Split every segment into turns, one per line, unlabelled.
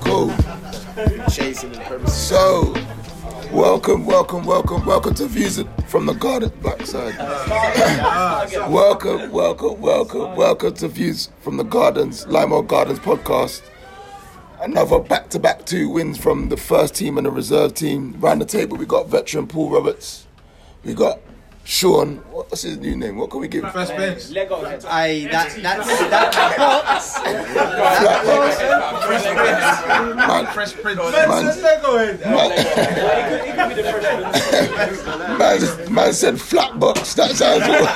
Cool.
Chasing and purpose.
So, welcome, welcome, welcome, welcome to Views from the Garden Blackside. welcome, welcome, welcome, welcome to Views from the Gardens, Limor Gardens podcast. Another back to back two wins from the first team and the reserve team. Round the table, we got veteran Paul Roberts. We got Sean. What's his new name? What can we give?
First bench.
Aye, that, that's, that, that box.
Man,
Fresh print.
man, man, man said flat box. That sounds worse.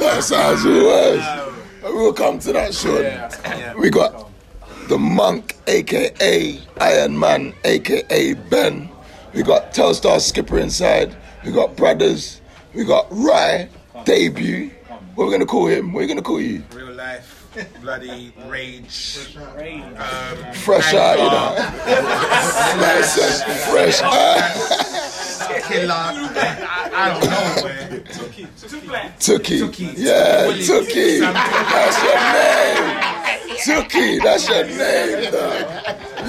that sounds worse. We'll come to that soon. We got the monk, aka Iron Man, aka Ben. We got Telstar Skipper inside. We got Brothers. We got Rye, debut. What are we going to call him? What are you going to call you?
Real life. Bloody rage. Um,
Fresh eye, you know. Man said fresh eye.
Killer. I, I don't know, man.
Tookie. Yeah, Tookie. That's your name. Tookie, that's your name, dog.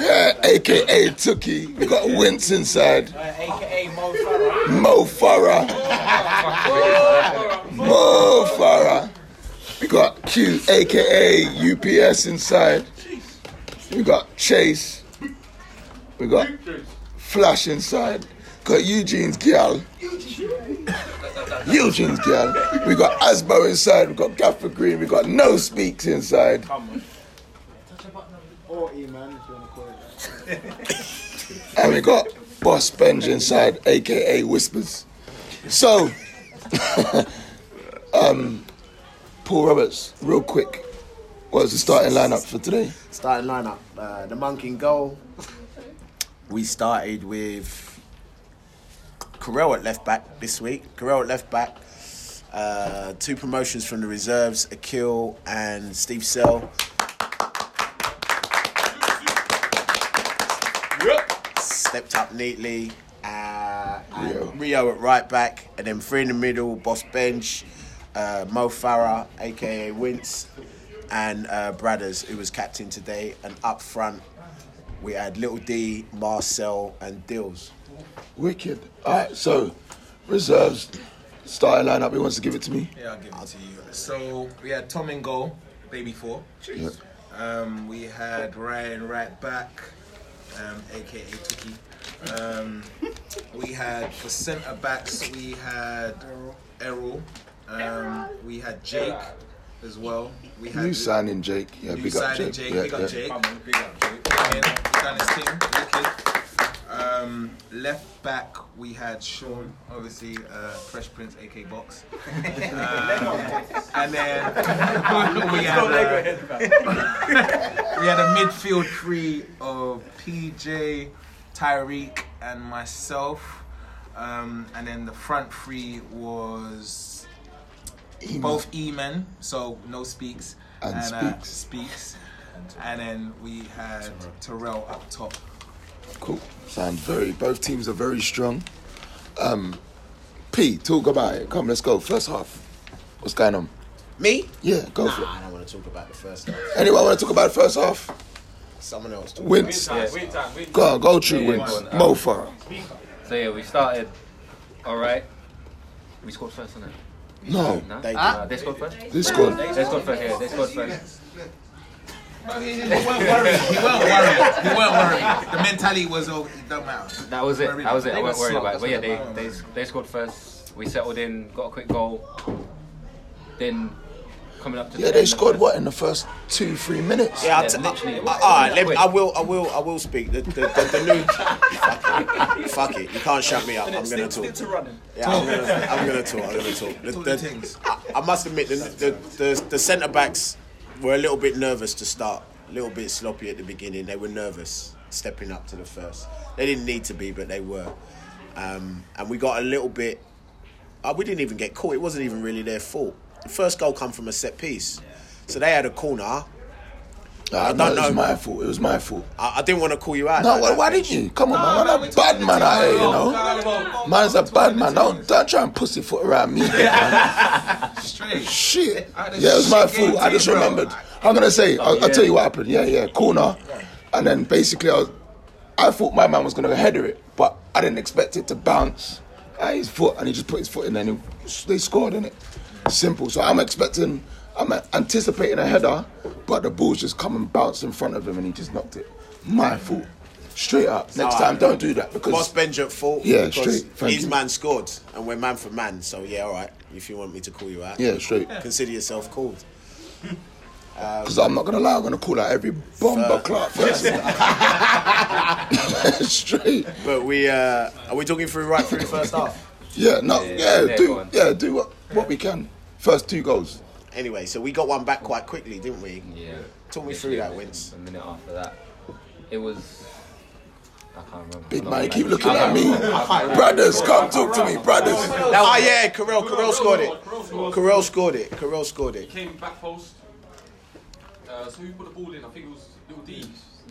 Yeah, aka Tookie. We got Wince inside.
AKA Mo Farah.
Mo Farah. Mo Oh, Farah. We got Q, aka UPS inside. We got Chase. We got Flash inside. Got Eugene's gal. Eugene's gal. We got Asbo inside. We got Gaffer Green. We got No Speaks inside. And we got Boss Benj inside, aka Whispers. So, um, Paul Roberts, real quick, what was the starting lineup for today?
Starting lineup. Uh, the monk in goal. We started with Carell at left back this week. Carell at left back. Uh, two promotions from the reserves, Akil and Steve Sell. Stepped up neatly. Uh, and
Rio.
Rio. at right back. And then three in the middle, Boss Bench, uh, Mo Farah, aka Wince, and uh, Bradders, who was captain today. And up front, we had Little D, Marcel, and Dills.
Wicked. All right, so reserves, starting lineup. Who wants to give it to me?
Yeah, I'll give it to you. So we had Tom in goal, day before. Um, we had Ryan right back, um, aka Tiki. Um, we had for centre backs, we had Errol. Um, we had Jake as well. We had
New signing, Jake. Yeah,
New
big up,
signing
Jake.
Jake.
Yeah,
big up
yeah.
Jake. Big up Jake. Again, done his thing. Wicked. Um, left back we had Sean, obviously uh, Fresh Prince, AK Box, Um, and then we had uh, we had a midfield three of PJ, Tyreek, and myself, um, and then the front three was both E-men, so no speaks
And
uh,
Speaks.
speaks, and then we had Terrell up top.
Cool. Sound very. Both teams are very strong. Um, P, talk about it. Come, let's go. First half. What's going on?
Me?
Yeah, go for it.
Nah, I don't want to talk about the first half.
Anyone want to talk about first half?
Someone else talk.
Wins. Go on, go true
Yeah, uh,
wins.
come on,
Mo Farah.
So yeah, we started. All right. We scored first, innit?
No,
No.
They-
Uh, they scored first.
this scored.
They scored first. Yeah, they scored first.
He weren't worried. He weren't worried. The mentality was, oh, it don't matter.
That was it. That was it. I
They
wasn't
were
worried
slow,
about it. But yeah,
that's what
they, they they scored first. We settled in, got a quick goal. Then coming up to
Yeah,
the
they
end of
scored
the-
what in the first two, three minutes?
Yeah, I'll
Yeah,
t-
literally,
I-
it was-
I- alright,
it was
let me-
quick.
I will. I will. I will speak. The, the, the, the new. fuck, it, fuck it. You can't shut me up. I'm gonna talk. Yeah, I'm gonna, I'm gonna talk. I'm gonna talk. The,
Talk
the-
the things.
I, I must admit, the the, the, the centre backs were a little bit nervous to start. A little bit sloppy at the beginning. They were nervous stepping up to the first. They didn't need to be, but they were. Um, and we got a little bit. Uh, we didn't even get caught. It wasn't even really their fault. The first goal come from a set piece, so they had a corner.
Ah,
I
no,
don't
It was
know.
my fault. It was my fault.
I, I didn't want to call you out.
No,
like
why,
that.
why did you? Come on, man. I'm a bad man out here, you know. Man's a bad man. Don't, don't try and pussyfoot around me. man.
Straight.
Shit.
I just
Yeah, it was my
shit
fault. I
game,
just
bro.
remembered. I'm gonna say. I'll, I'll tell you what happened. Yeah, yeah. Corner, and then basically I was. I thought my man was gonna header it, but I didn't expect it to bounce at his foot, and he just put his foot in, and he, they scored in it. Simple. So I'm expecting, I'm anticipating a header, but the ball's just come and bounced in front of him, and he just knocked it. My fault. Straight up. Next
Nah.
time, don't do that
Boss
because
Benji at fault.
Yeah,
because
straight, thank
His
you.
man scored, and we're man for man. So yeah, all right. If you want me to call you out,
Yeah, straight.
Consider yourself called.
because I'm not gonna lie, I'm gonna call out every bomber clock person. straight.
But we uh, are we talking through right through the first half.
Yeah, no, yeah,
yeah, yeah, go
do
on.
yeah, do what, what we can. First two goals.
Anyway, so we got one back quite quickly, didn't we?
Yeah.
Talk me through that, Wince.
A minute after that, it was. I can't remember.
Big
I don't
man, you
remember.
keep looking
I
at me. Brothers, come talk to me, brothers.
Oh yeah, Carell, Carell scored it.
Carell scored.
Carell scored it. Carell scored it.
Came back post. Uh, so who put the ball in? I think it was Little D.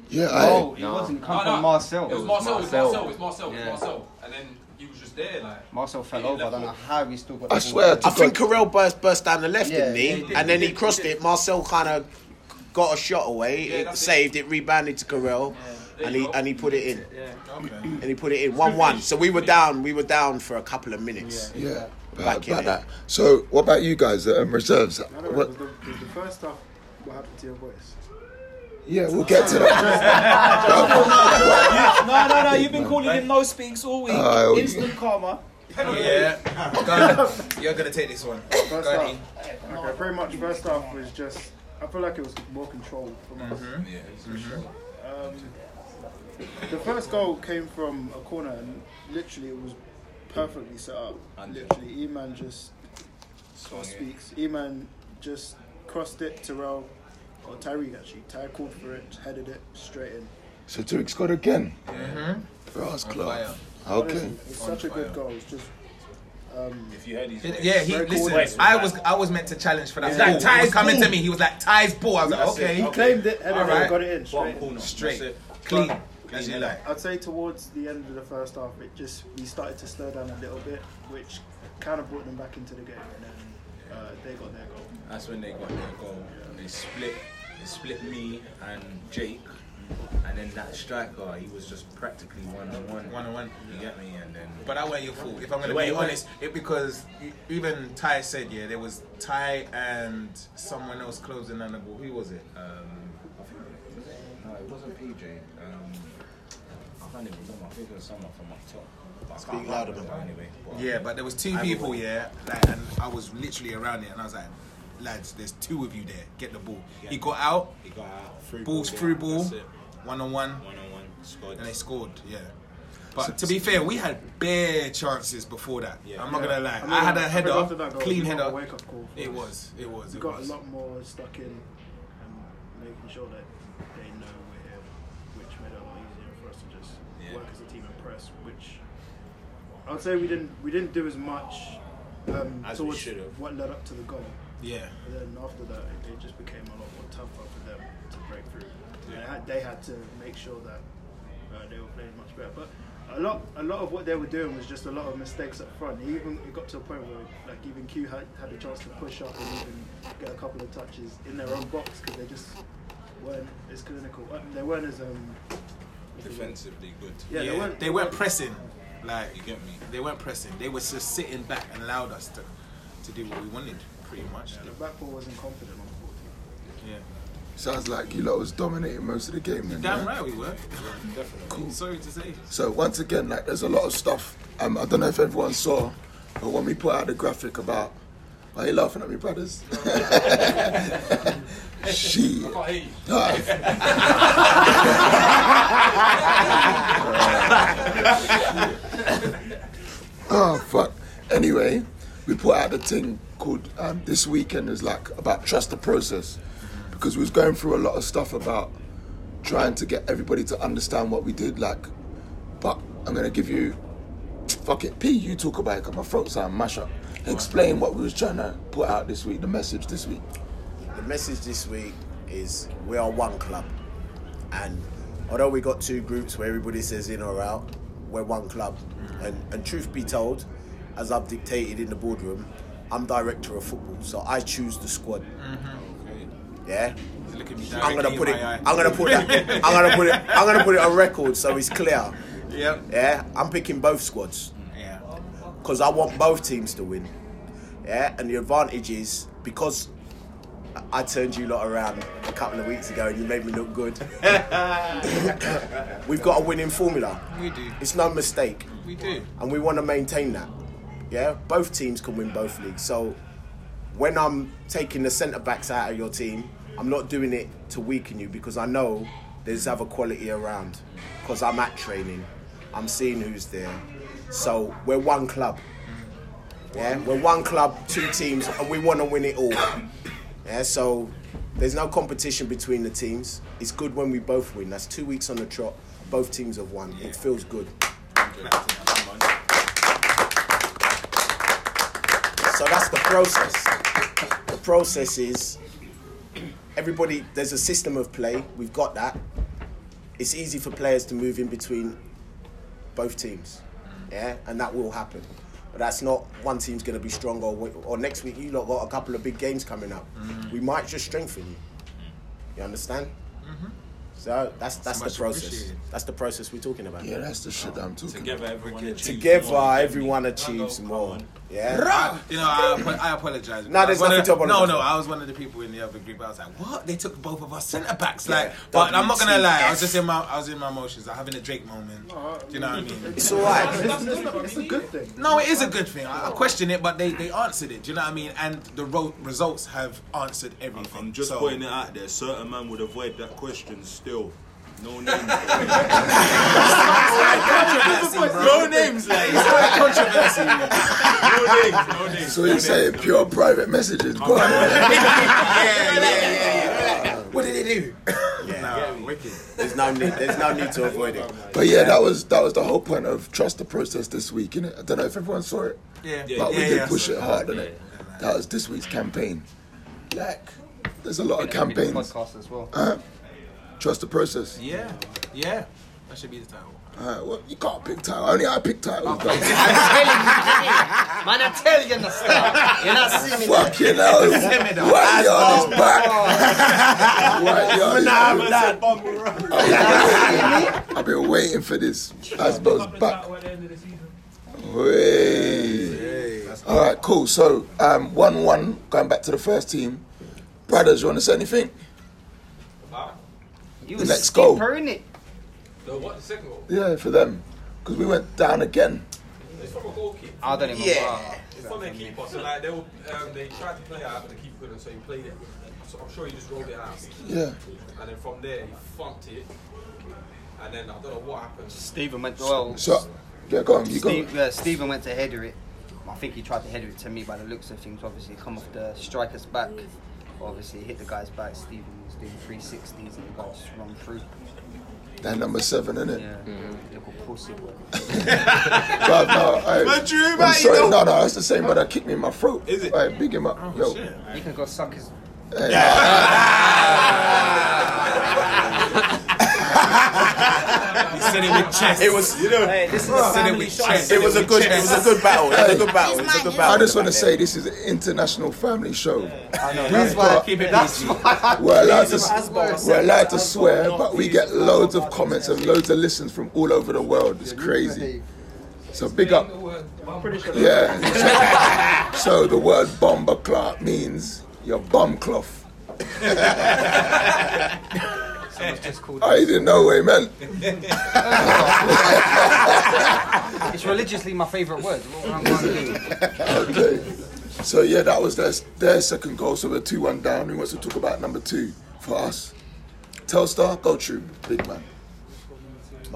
Yeah,
Oh,
I,
it
No.
wasn't. It come
No, no.
from Marcel.
It was
was
Marcel. It was
Marcel.
Marcel. It was Marcel. It
Yeah.
was Marcel. And then he was just there, like.
Marcel fell
Yeah,
over. I
left
don't know
foot.
how he still got.
I
the ball.
swear to
I think
God.
Carell burst burst down the left,
Yeah,
didn't he?
yeah, he did,
and then he crossed it. Marcel kind of got a shot away.
Yeah,
it
that's it.
saved it. Rebounded to Carell,
There
and
you
he
go.
and he put it in.
Yeah.
And he put it in one one. So we were down. We were down for a couple of minutes.
Yeah,
Back
about,
in
about
it.
that. So, what about you guys? Um, reserves.
I don't know,
What,
was the, was the first half, what happened to your voice?
yeah, we'll get to that.
No, no, no. You've been calling him no speaks all week.
Uh,
Instant karma.
Yeah. Go. You're gonna take this one. Go
First
ahead.
half, okay, pretty much first half was just, I feel like it was more controlled from us.
Yeah.
Um, the first goal came from a corner and literally it was perfectly set up. Literally, E-Man just or speaks. E-Man just crossed it, Terrell, or Tyreek actually. Ty called for it, headed it straight in.
so, Tariq scored again. Brass
fire.
club. Okay.
Honestly, it's such a good goal. It's just um,
If you heard his
Yeah, he
Very cool
listen.
ways with
I was I was meant to challenge for that.
Yeah.
ball.
Like,
he was
Ty's
coming to
ball.
me. He was like Ty's ball. I was like, okay,
he claimed it, headed
Alright.
it, got it in straight. in.
straight, clean, as you like.
I'd say towards the end of the first half, it just we started to slow down a little bit, which kind of brought them back into the game, and then uh, they got their goal.
That's when they got their goal. They split, they split me and Jake, and then that striker, he was just practically one on one.
One on one.
You get me? And then
But I wear your fault. If I'm gonna
Wait,
be
wait.
honest, it because e- even Ty said yeah, there was Ty and someone else closing on the ball. Who was it? Um,
no, it wasn't um, PJ. Um, I can't even remember. I think it was someone from up top. But I can't
Speak louder,
remember anyway. but-
Yeah, but there was two
I
people,
will.
yeah, like, and I was literally around it, and I was like, lads, there's two of you there. Get the ball. He got out,
He got out. Through
balls through ball,
That's it.
one on one,
One on one. Scored.
and they scored. Yeah. But to be fair, we had bare chances before that.
Yeah.
I'm not gonna lie. I,
mean,
had a
think
header,
after that goal,
clean
we got a
header.
wake-up call for
It
us.
was. It was.
We
It
got a
was.
lot more stuck in and making sure that they know we're here, which made it a lot easier for us to just
Yeah.
work as a team and press. Which I'd say we didn't we didn't do as much um,
As we
towards
should have.
what led up to the goal.
Yeah.
But then after that, it, it just became a lot more tougher for them to break through. They, had, they had to make sure that uh, they were playing much better. But a lot, a lot of what they were doing was just a lot of mistakes up front. Even it got to a point where, like, even Q had, had a chance to push up and even get a couple of touches in their own box because they just weren't as clinical. Uh, they weren't as um,
defensively good.
yeah, they weren't.
They weren't pressing. Like
You get me?
they weren't pressing. They were just sitting back and allowed us to, to do what we wanted, pretty much.
The back four wasn't confident, unfortunately.
Yeah.
Sounds like you lot was dominating most of the game. Then,
Damn
yeah?
right we were. Sorry to say.
So once again, like there's a lot of stuff. Um, I don't know if everyone saw, but when we put out the graphic about, are you laughing at me, brothers? Shit. Alright. oh fuck. Anyway, we put out a thing called um, this weekend is like about trust the process because we was going through a lot of stuff about trying to get everybody to understand what we did. Like, but I'm gonna give you fuck it. P, you talk about it. 'cause my throat sound mash up. Explain what we was trying to put out this week. The message this week.
The message this week is we are one club, and although we got two groups where everybody says in or out, we're one club. And and truth be told, as I've dictated in the boardroom, I'm director of football, so I choose the squad. Yeah.
Look at Mm-hmm. me
I'm
directly
gonna
in
put it.
my eye.
I'm gonna put it. I'm gonna put it. I'm gonna put it on record so it's clear.
Yep.
Yeah, I'm picking both squads
Yeah.
because I want both teams to win. Yeah, and the advantage is because I- I turned you lot around a couple of weeks ago and you made me look good. We've got a winning formula.
We do.
It's no mistake,
We do.
and we want to maintain that. Yeah, both teams can win both leagues. So when I'm taking the centre backs out of your team, I'm not doing it to weaken you because I know there's other quality around. Because I'm at training, I'm seeing who's there. So we're one club. Yeah, we're one club, two teams, and we want to win it all. Yeah, so there's no competition between the teams. It's good when we both win. That's two weeks on the trot. Both teams have won. It feels good. So that's the process. The process is everybody, there's a system of play. We've got that. It's easy for players to move in between both teams. Yeah, and that will happen. But that's not one team's going to be stronger. Or, or next week, you lot got a couple of big games coming up. We might just strengthen you. You understand? So that's that's
much
the process.
appreciated.
That's the process we're talking about.
Yeah, that's the shit I'm talking
Together, everyone achieves
Together,
more.
everyone achieves more. Yeah.
You know, I, apo- I apologize.
No, there's
I was
nothing to
one of the-
apologise.
No, no, I was one of the people in the other group. I was like, "What? They took both of our centre backs?" Like,
Yeah,
but I'm not gonna lie. I
WTF.
was just in my, I was in my emotions. I like, having a Drake moment. Do you know what I mean?
It's all right.
It's, it's not- it's a good thing.
No, it is a good thing. I, I question it, but they, they answered it. Do you know what I mean? And the ro- results have answered everything.
I'm just
So-
pointing it out there. Certain man would avoid that question still. No names.
No names, like it's quite controversy.
no names. No names.
So you say pure private messages. Go on.
What did they do? Nah, wicked.
There's no need. There's no need to avoid it.
But yeah, that was that was the whole point of trust the process this week, innit? I don't know if everyone saw it,
Yeah,
but we
yeah,
did
yeah,
push
so-
it hard, innit? That was this week's campaign. Like, there's a lot of campaigns.
Podcast as well.
Trust the process.
Yeah, yeah. That should be the title.
Uh, well, you can't pick title. Only I pick
Oh.
titles. though.
Man, I tell you the stuff. You're not seeing me.
Fucking hell. Why you on his back? Why you on his back? I've been waiting for this. Asbo's back. Hey. All right, cool. So, um, 1 1, going back to the first team. Brothers, you want to say anything?
You
Let's go.
in it.
The what? The second goal?
Yeah, for them. Because we went down again.
It's from a goalkeeper.
I don't even. Yeah.
It's from the keeper. So like they were, um, they tried to play it out, but the keeper couldn't. So he played it. So I'm sure he just rolled it out,
Yeah.
and then from there he thumped it, and then I don't know what happened.
Stephen went. Well,
So, yeah, go on. You go.
Steve, uh, Stephen went to header it. I think he tried to header it to me by the looks of things. Obviously, come off the striker's back. Obviously, hit the guy's back. Stephen was doing 360s and got just run through.
That number seven, innit? Mm-hmm.
Yeah. Little pussy.
But no, I,
Drew,
I'm
mate,
sorry,
you
no, no, it's the same, but I kicked me in my throat. Is it? I big him up.
Oh,
Yo,
He can go suck his.
hey,
He said it with chest.
It was, you know,
Hey, this is a
said it
family
with
show.
chest.
it was a good, it was a good battle. It was a good battle. It was a good battle.
I just want to say this is an international family show.
I know. That's why.
Keep it
That's
PG.
why.
We're allowed
As well,
to, we're allowed to swear, but we get loads of comments and loads of listens from all over the world. It's crazy. So big up. Yeah. so the word bomber cloth means your bum cloth.
Someone's just called.
I didn't know what it meant.
It's religiously my favourite word. What am I going to do?
Okay. So yeah, that was their, their second goal. So we're two one down. Who wants to talk about number two for us? Telstar, go true, big man.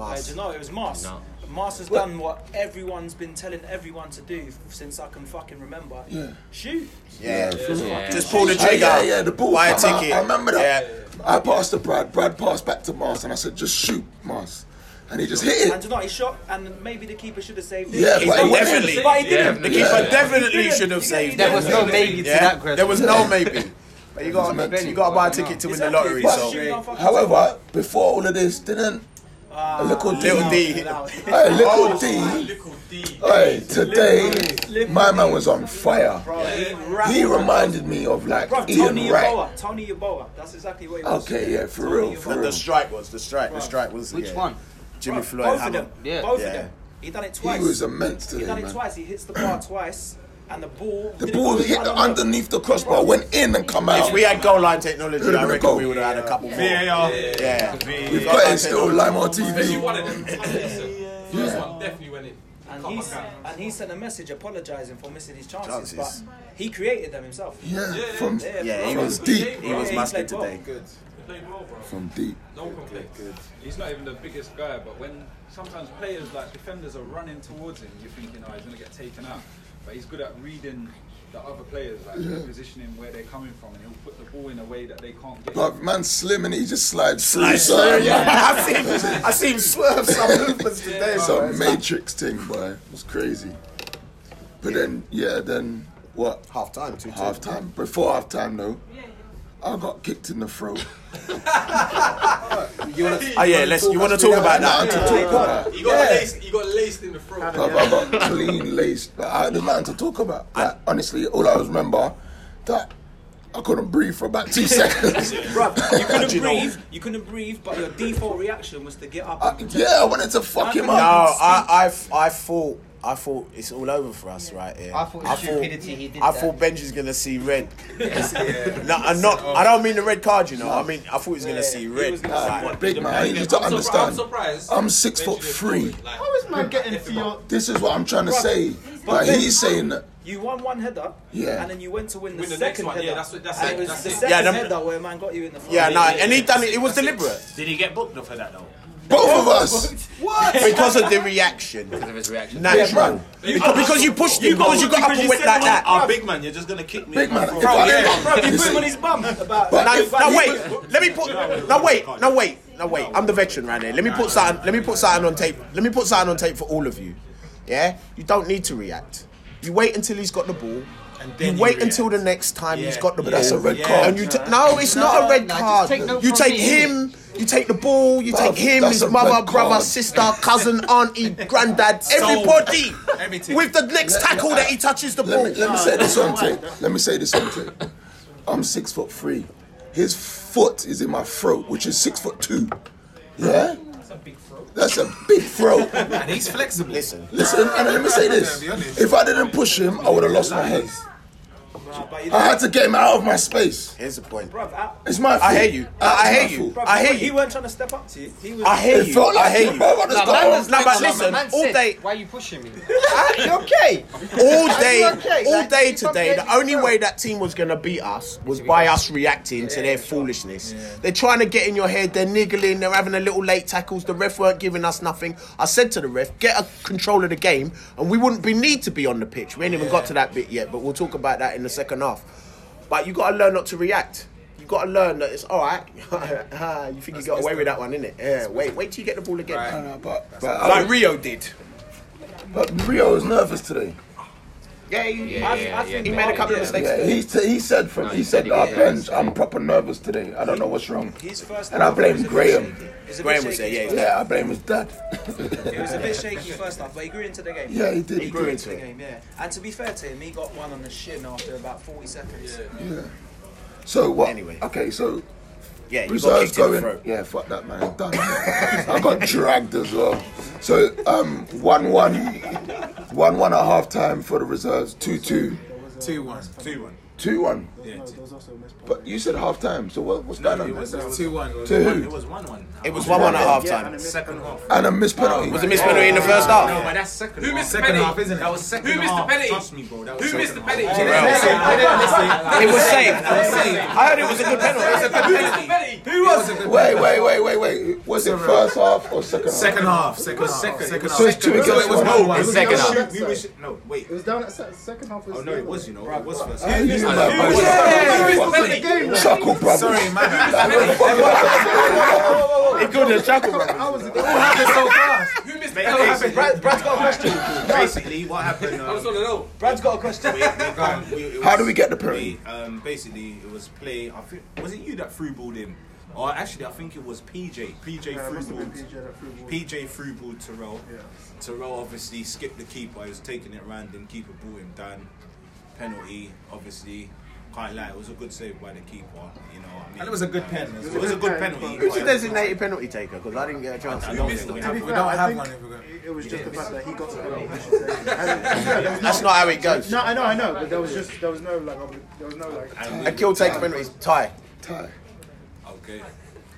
I don't Uh, know. It was Mars. Mars has done what everyone's been telling everyone to do f- since I can fucking remember.
Yeah.
Shoot.
Yeah,
Yeah.
just pull the
Yeah,
trigger.
yeah, yeah, the ball.
Buy a
come out.
ticket.
I remember that.
Yeah.
I passed to Brad. Brad passed back to Mars, and I said, "Just shoot, Mars," and he just hit
I
it.
don't know. He shot, and maybe the keeper should have saved it.
Yeah,
He
but
saved
he
it.
definitely-
But he didn't.
The keeper definitely should have
You
saved
get-
There
it.
was no maybe to
Yeah,
that
there
question.
was no maybe. But you got you got to buy a ticket to win the lottery. So,
But, however, before all of this, didn't a little D,
Little D. Oh,
Hey, little D, hey, today my man was on fire. He reminded me of like
Bro, Tony
Ian Wright.
Yaboa. Tony Yaboa. That's exactly what he was.
Okay, yeah, for real,
The-
for
the
real.
strike was the strike. The strike was
Which
yeah.
one?
Jimmy
Bro,
Floyd.
both of
Hammer.
them. Both
yeah.
of them. He done it twice.
was immense
He
today,
done it
man.
twice. He hits the bar twice, and the ball.
The
didn't
ball
go-
hit
I don't know.
underneath the crossbar, went in and come out.
If we had goal line technology,
Could've
I
been a
reckon
goal.
we would have had a couple more.
VAR.
Yeah.
We've got it still live on TV.
Especially one of them. First one definitely went in.
And
Come
he,
on, guys.
and he sent a message apologising for missing his chances,
Chances.
but he created them himself.
Yeah, Yeah, from- yeah,
Yeah,
bro.
he was deep. He was masking
played well.
today.
Good. He played well, bro.
From deep.
No complaints.
He's not even the biggest guy, but when sometimes players like defenders are running towards him, you're thinking, oh, he's gonna get taken out. But he's good at reading the other players, like
Yeah.
positioning where they're coming from, and he'll put the ball in a way that they can't get.
But man, slim and he just slides through.
Slides
son.
through, yeah. I seen-
I seen swerve some movements today,
Oh,
It's
bro.
a matrix thing, boy. It was crazy. But then, yeah, then what?
Half time, two
Half time. Before half time, though, I got kicked in the throat.
Oh yeah, let's. You want to talk about that?
To talk about.
He got laced. He got laced in the throat.
But I got clean laced. But I had nothing to talk about. Like, honestly, all I remember that I couldn't breathe for about two seconds.
Bro, you couldn't
You know-
breathe. You couldn't breathe, but your default reaction was to get up. and protect.
Uh, yeah, I wanted to fuck him
No,
up.
I, I, I thought, I thought it's all over for us right here.
I thought stupidity, he did
I
that.
thought Benji's gonna see red. No, I'm not. I don't mean the red card, you know. I mean, I thought he was gonna see red. Like,
Big man, you need to understand. I'm six foot three.
How is man getting to your?
This is what I'm trying to
Bruv,
say.
but
But
then-
he's saying that.
You won one header,
Yeah.
and then you went to win the,
Win the next
second
one,
header.
yeah, that's what- that's
and
it,
it was
that's
the
it.
second
Yeah, them-
header where man got you in the front.
yeah, no, and he done it. It was deliberate.
Did he get booked for that though?
Both of us.
What? Because of the reaction. Because
of his reaction.
Natural.
Yeah,
because, because you pushed him. Because you got up and went like that.
Oh, big man, you're just gonna kick me.
Big man.
Bro,
if I-
yeah.
Bro, you put him
Listen,
on his bum. About
Now,
about-
now wait, let me put. No wait, no wait, no wait. I'm the veteran right here. Let me put something. Let me put something on tape. Let me put something on tape for all of you. Yeah, you don't need to react. You wait until he's got the ball.
And then
You
you
wait
react.
until the next time he's got the ball.
But that's a red
Yeah.
card.
And you ta- no, it's not a red card.
take note
you
from
take
me.
him. You take the ball. You
Bruv,
take him.
that's
His
a
mother,
red
brother,
card.
sister, cousin, auntie, granddad, everybody. With the next tackle that he touches the ball.
Let me, let me say this on tape. Let me say this on tape. I'm six foot three. His foot is in my throat, which is six foot two. Yeah? That's a big throat. That's a big throat.
And he's flexible.
Listen.
Listen, and let me say this. If I didn't push him, I would have lost my head.
Nah, but you
I had to get him out of my space.
Here's the point.
Bruv, I,
It's my fault.
I hear you. I, I
It's my
hear you.
fault.
I hear
He
you.
weren't trying to step up to you. He was.
I hear
It
you.
felt
I
like
hear
it, bro.
you.
I just
man
got
was
on.
No, but
Man
listen,
said,
all day,
Why are you pushing me? Ah, you okay?
all day,
Are you okay?
all
Like,
day
keep on
today,
getting
the only
yourself.
way that team was gonna beat us was by us reacting to their foolishness. They're trying to get in your head. They're niggling. They're having a little late tackles. The ref weren't giving us nothing. I said to the ref, get a control of the game, and we wouldn't be need to be on the pitch. We ain't even got to that bit yet, but we'll talk about that in the second half. But you gotta learn not to react. You gotta learn that it's all right. you think you got away with that one, innit? Yeah. Wait, wait till you get the ball again.
Uh, But, but, I
Like
was-
Rio did.
but Rio was nervous today.
Yeah, he, I- I
yeah,
think
yeah,
he made a couple of
yeah.
mistakes.
Yeah, he, t- he said from he,
he
said,
said
our
he-
bench. I'm proper nervous today. I don't know what's wrong.
His first
And I
half was a
blame
bit
Graham.
shaky. It a bit
Graham was
shaky
there,
first
Yeah, I blame his dad.
It was a bit shaky first half, but he grew into the game.
Yeah, he did.
He,
He
grew
did.
into the game, yeah. And to be fair to him, he got one on the shin after about 40 seconds.
So what?
Anyway.
okay, so
Yeah, you got
reserves
kicked in the
going.
throat.
Yeah, fuck that man. I'm done. I got dragged as well. So um, one one, one one at half time for the reserves. Two two,
Two one. Two one.
two one.
No, there was also a missed
But you said half time. So what, what's going on? there?
Two one.
To
It
who?
was one one.
It was one one at half
Yeah, and a
time.
missed
Second half.
And a missed penalty.
Was it missed penalty in the first
No,
half?
but that's second.
Who
half.
missed the
Second
penalty?
half, isn't it?
That was second
Who missed the
half.
penalty?
Trust me, bro. That was
Who missed the
second half.
penalty?
It was saved.
It
I heard it was a good penalty.
Who missed the penalty? Who
was a good
Wait, wait, wait, wait, wait. Was it first half or second half?
Second half. Second half.
second.
Second
It
half.
So it's two
So it
against
was
one.
no one.
It's second half.
We wish. No, wait.
It was down at se- second half. Was
Oh no, it was. You know, it was first.
Hey, you
I
man,
know.
man.
missed the penalty?
Chuckle, brother.
Sorry, man.
Like, what the fuck?
It could have chuckled.
I was.
What happened so fast?
Who missed
Basically-
Brad- Brad's got a question.
Basically, what happened? Um,
I just wanna know.
Brad's got a question.
How do we get the penalty?
Um, basically, it was play. I think was it you that threw balled him, or actually, I think it was PJ. PJ
Yeah, it
threw
must have
balled.
been PJ that threw balled.
PJ threw balled Terrell.
Yeah.
Terrell obviously skipped the keeper. He was taking it random. Keeper brought him down. Penalty, obviously. Can't lie, it was a good save by the keeper. You know, what I mean, Um,
And it was a good pen as
It
well.
was
It was a
a good
good
penalty.
pen. Who's the designated penalty taker? 'Cause I didn't get a chance. I don't think we have
To be
one.
fair,
We don't
I
have
think
one if we're gonna-
it- It was just
Yeah,
the
it's-
fact that he got the penalty.
That's not how it goes.
No, I know, I know, but there was just there was no like obli- there was no like.
A kill takes penalties. Tie. Tie.
Okay.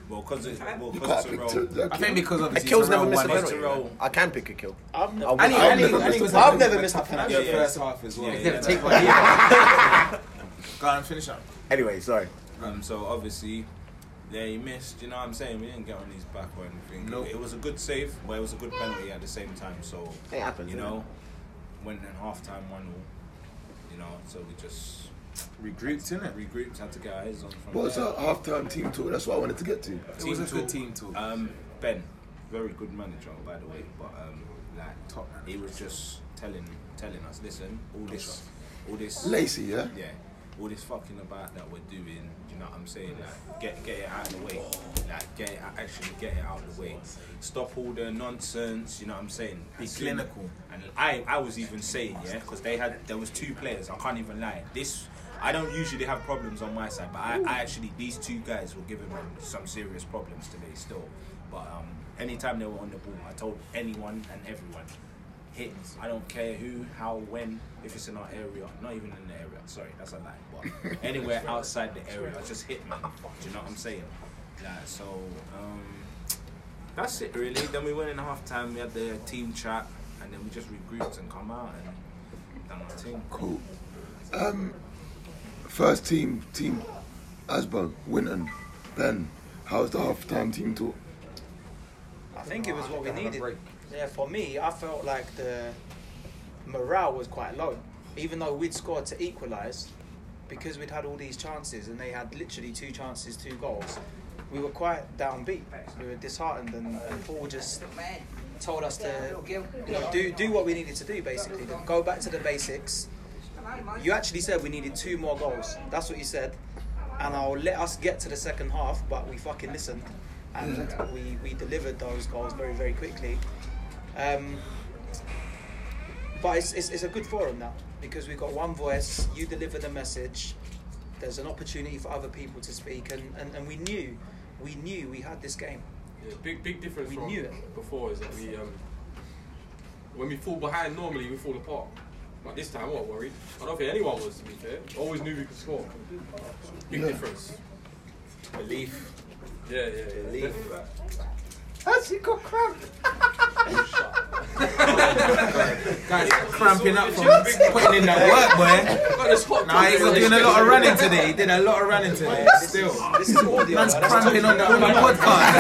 Well, because it, well,
You
because
can't pick
Terrell.
two-
I think because
a
obviously
kill's
Terrell
never missed a
won-
penalty.
Terrell-
I can pick a kill. I
I've- I've
will.
never- I've never
I've
missed a
I've
penalty.
never missed a penalty.
Yeah, yeah. First half as well. Yeah, yeah.
Go on, finish up.
Anyway, sorry.
Um, so obviously, they missed. You know what I'm saying? We didn't get on his back or anything.
Nope.
It was a good save, but it was a good penalty at the same time. So
It happens,
You
innit?
know, went in half time one all. You know, so we just
regrouped, innit?
Regrouped, had to get our eyes on. From
What's
there.
that halftime team talk? That's what I wanted to get to.
Team talk, Um, ben, very good manager, by the way, but um, like top he was just telling telling us, listen, all this, all this,
Lacey, yeah?
yeah, all this fucking about that we're doing. You know what I'm saying? Like, get get it out of the way. Like, get it, actually get it out of the way. Stop all the nonsense. You know what I'm saying?
Be
soon.
clinical.
And I, I was even saying, yeah, because they had there was two players. I can't even lie. This I don't usually have problems on my side, but I, I actually these two guys were giving them some serious problems today still. But um, anytime they were on the ball, I told anyone and everyone, hit. I don't care who, how, when, if it's in our area, not even in the area. Sorry, that's a lie. But anywhere outside the area, just hit man. Do you know what I'm saying? Like, so um, that's it really. Then we went in half time, we had the team chat, and then we just regrouped and come out and done our team.
Cool. Um, first team, team Asbel, Winton, Ben. How's the halftime team talk?
I think it was what we
Have a
needed.
break.
Yeah, for me, I felt like the morale was quite low, even though we'd scored to equalise, because we'd had all these chances and they had literally two chances, two goals. We were quite downbeat. We were disheartened, and, and Paul just told us to you know, do do what we needed to do. Basically, go back to the basics. You actually said we needed two more goals. That's what you said, and I'll let us get to the second half, but we fucking listened and we, we delivered those goals very, very quickly. Um, but it's, it's, it's a good forum now because we've got one voice, you deliver the message, there's an opportunity for other people to speak, and, and, and we knew, we knew we had this game.
Yeah, big big difference
We
from
knew it.
before is that we um, when we fall behind normally we fall apart. But this time I wasn't worried. I don't think anyone was to be fair. Always knew we could score. Big
Yeah.
difference. Belief. Yeah, yeah, yeah. Belief.
Actually, got cramp.
Guys, cramping up from putting in that work, boy. Nah, he's doing a lot of running today. He did a lot of running today. Still, this is audio. Man's cramping on the on the podcast.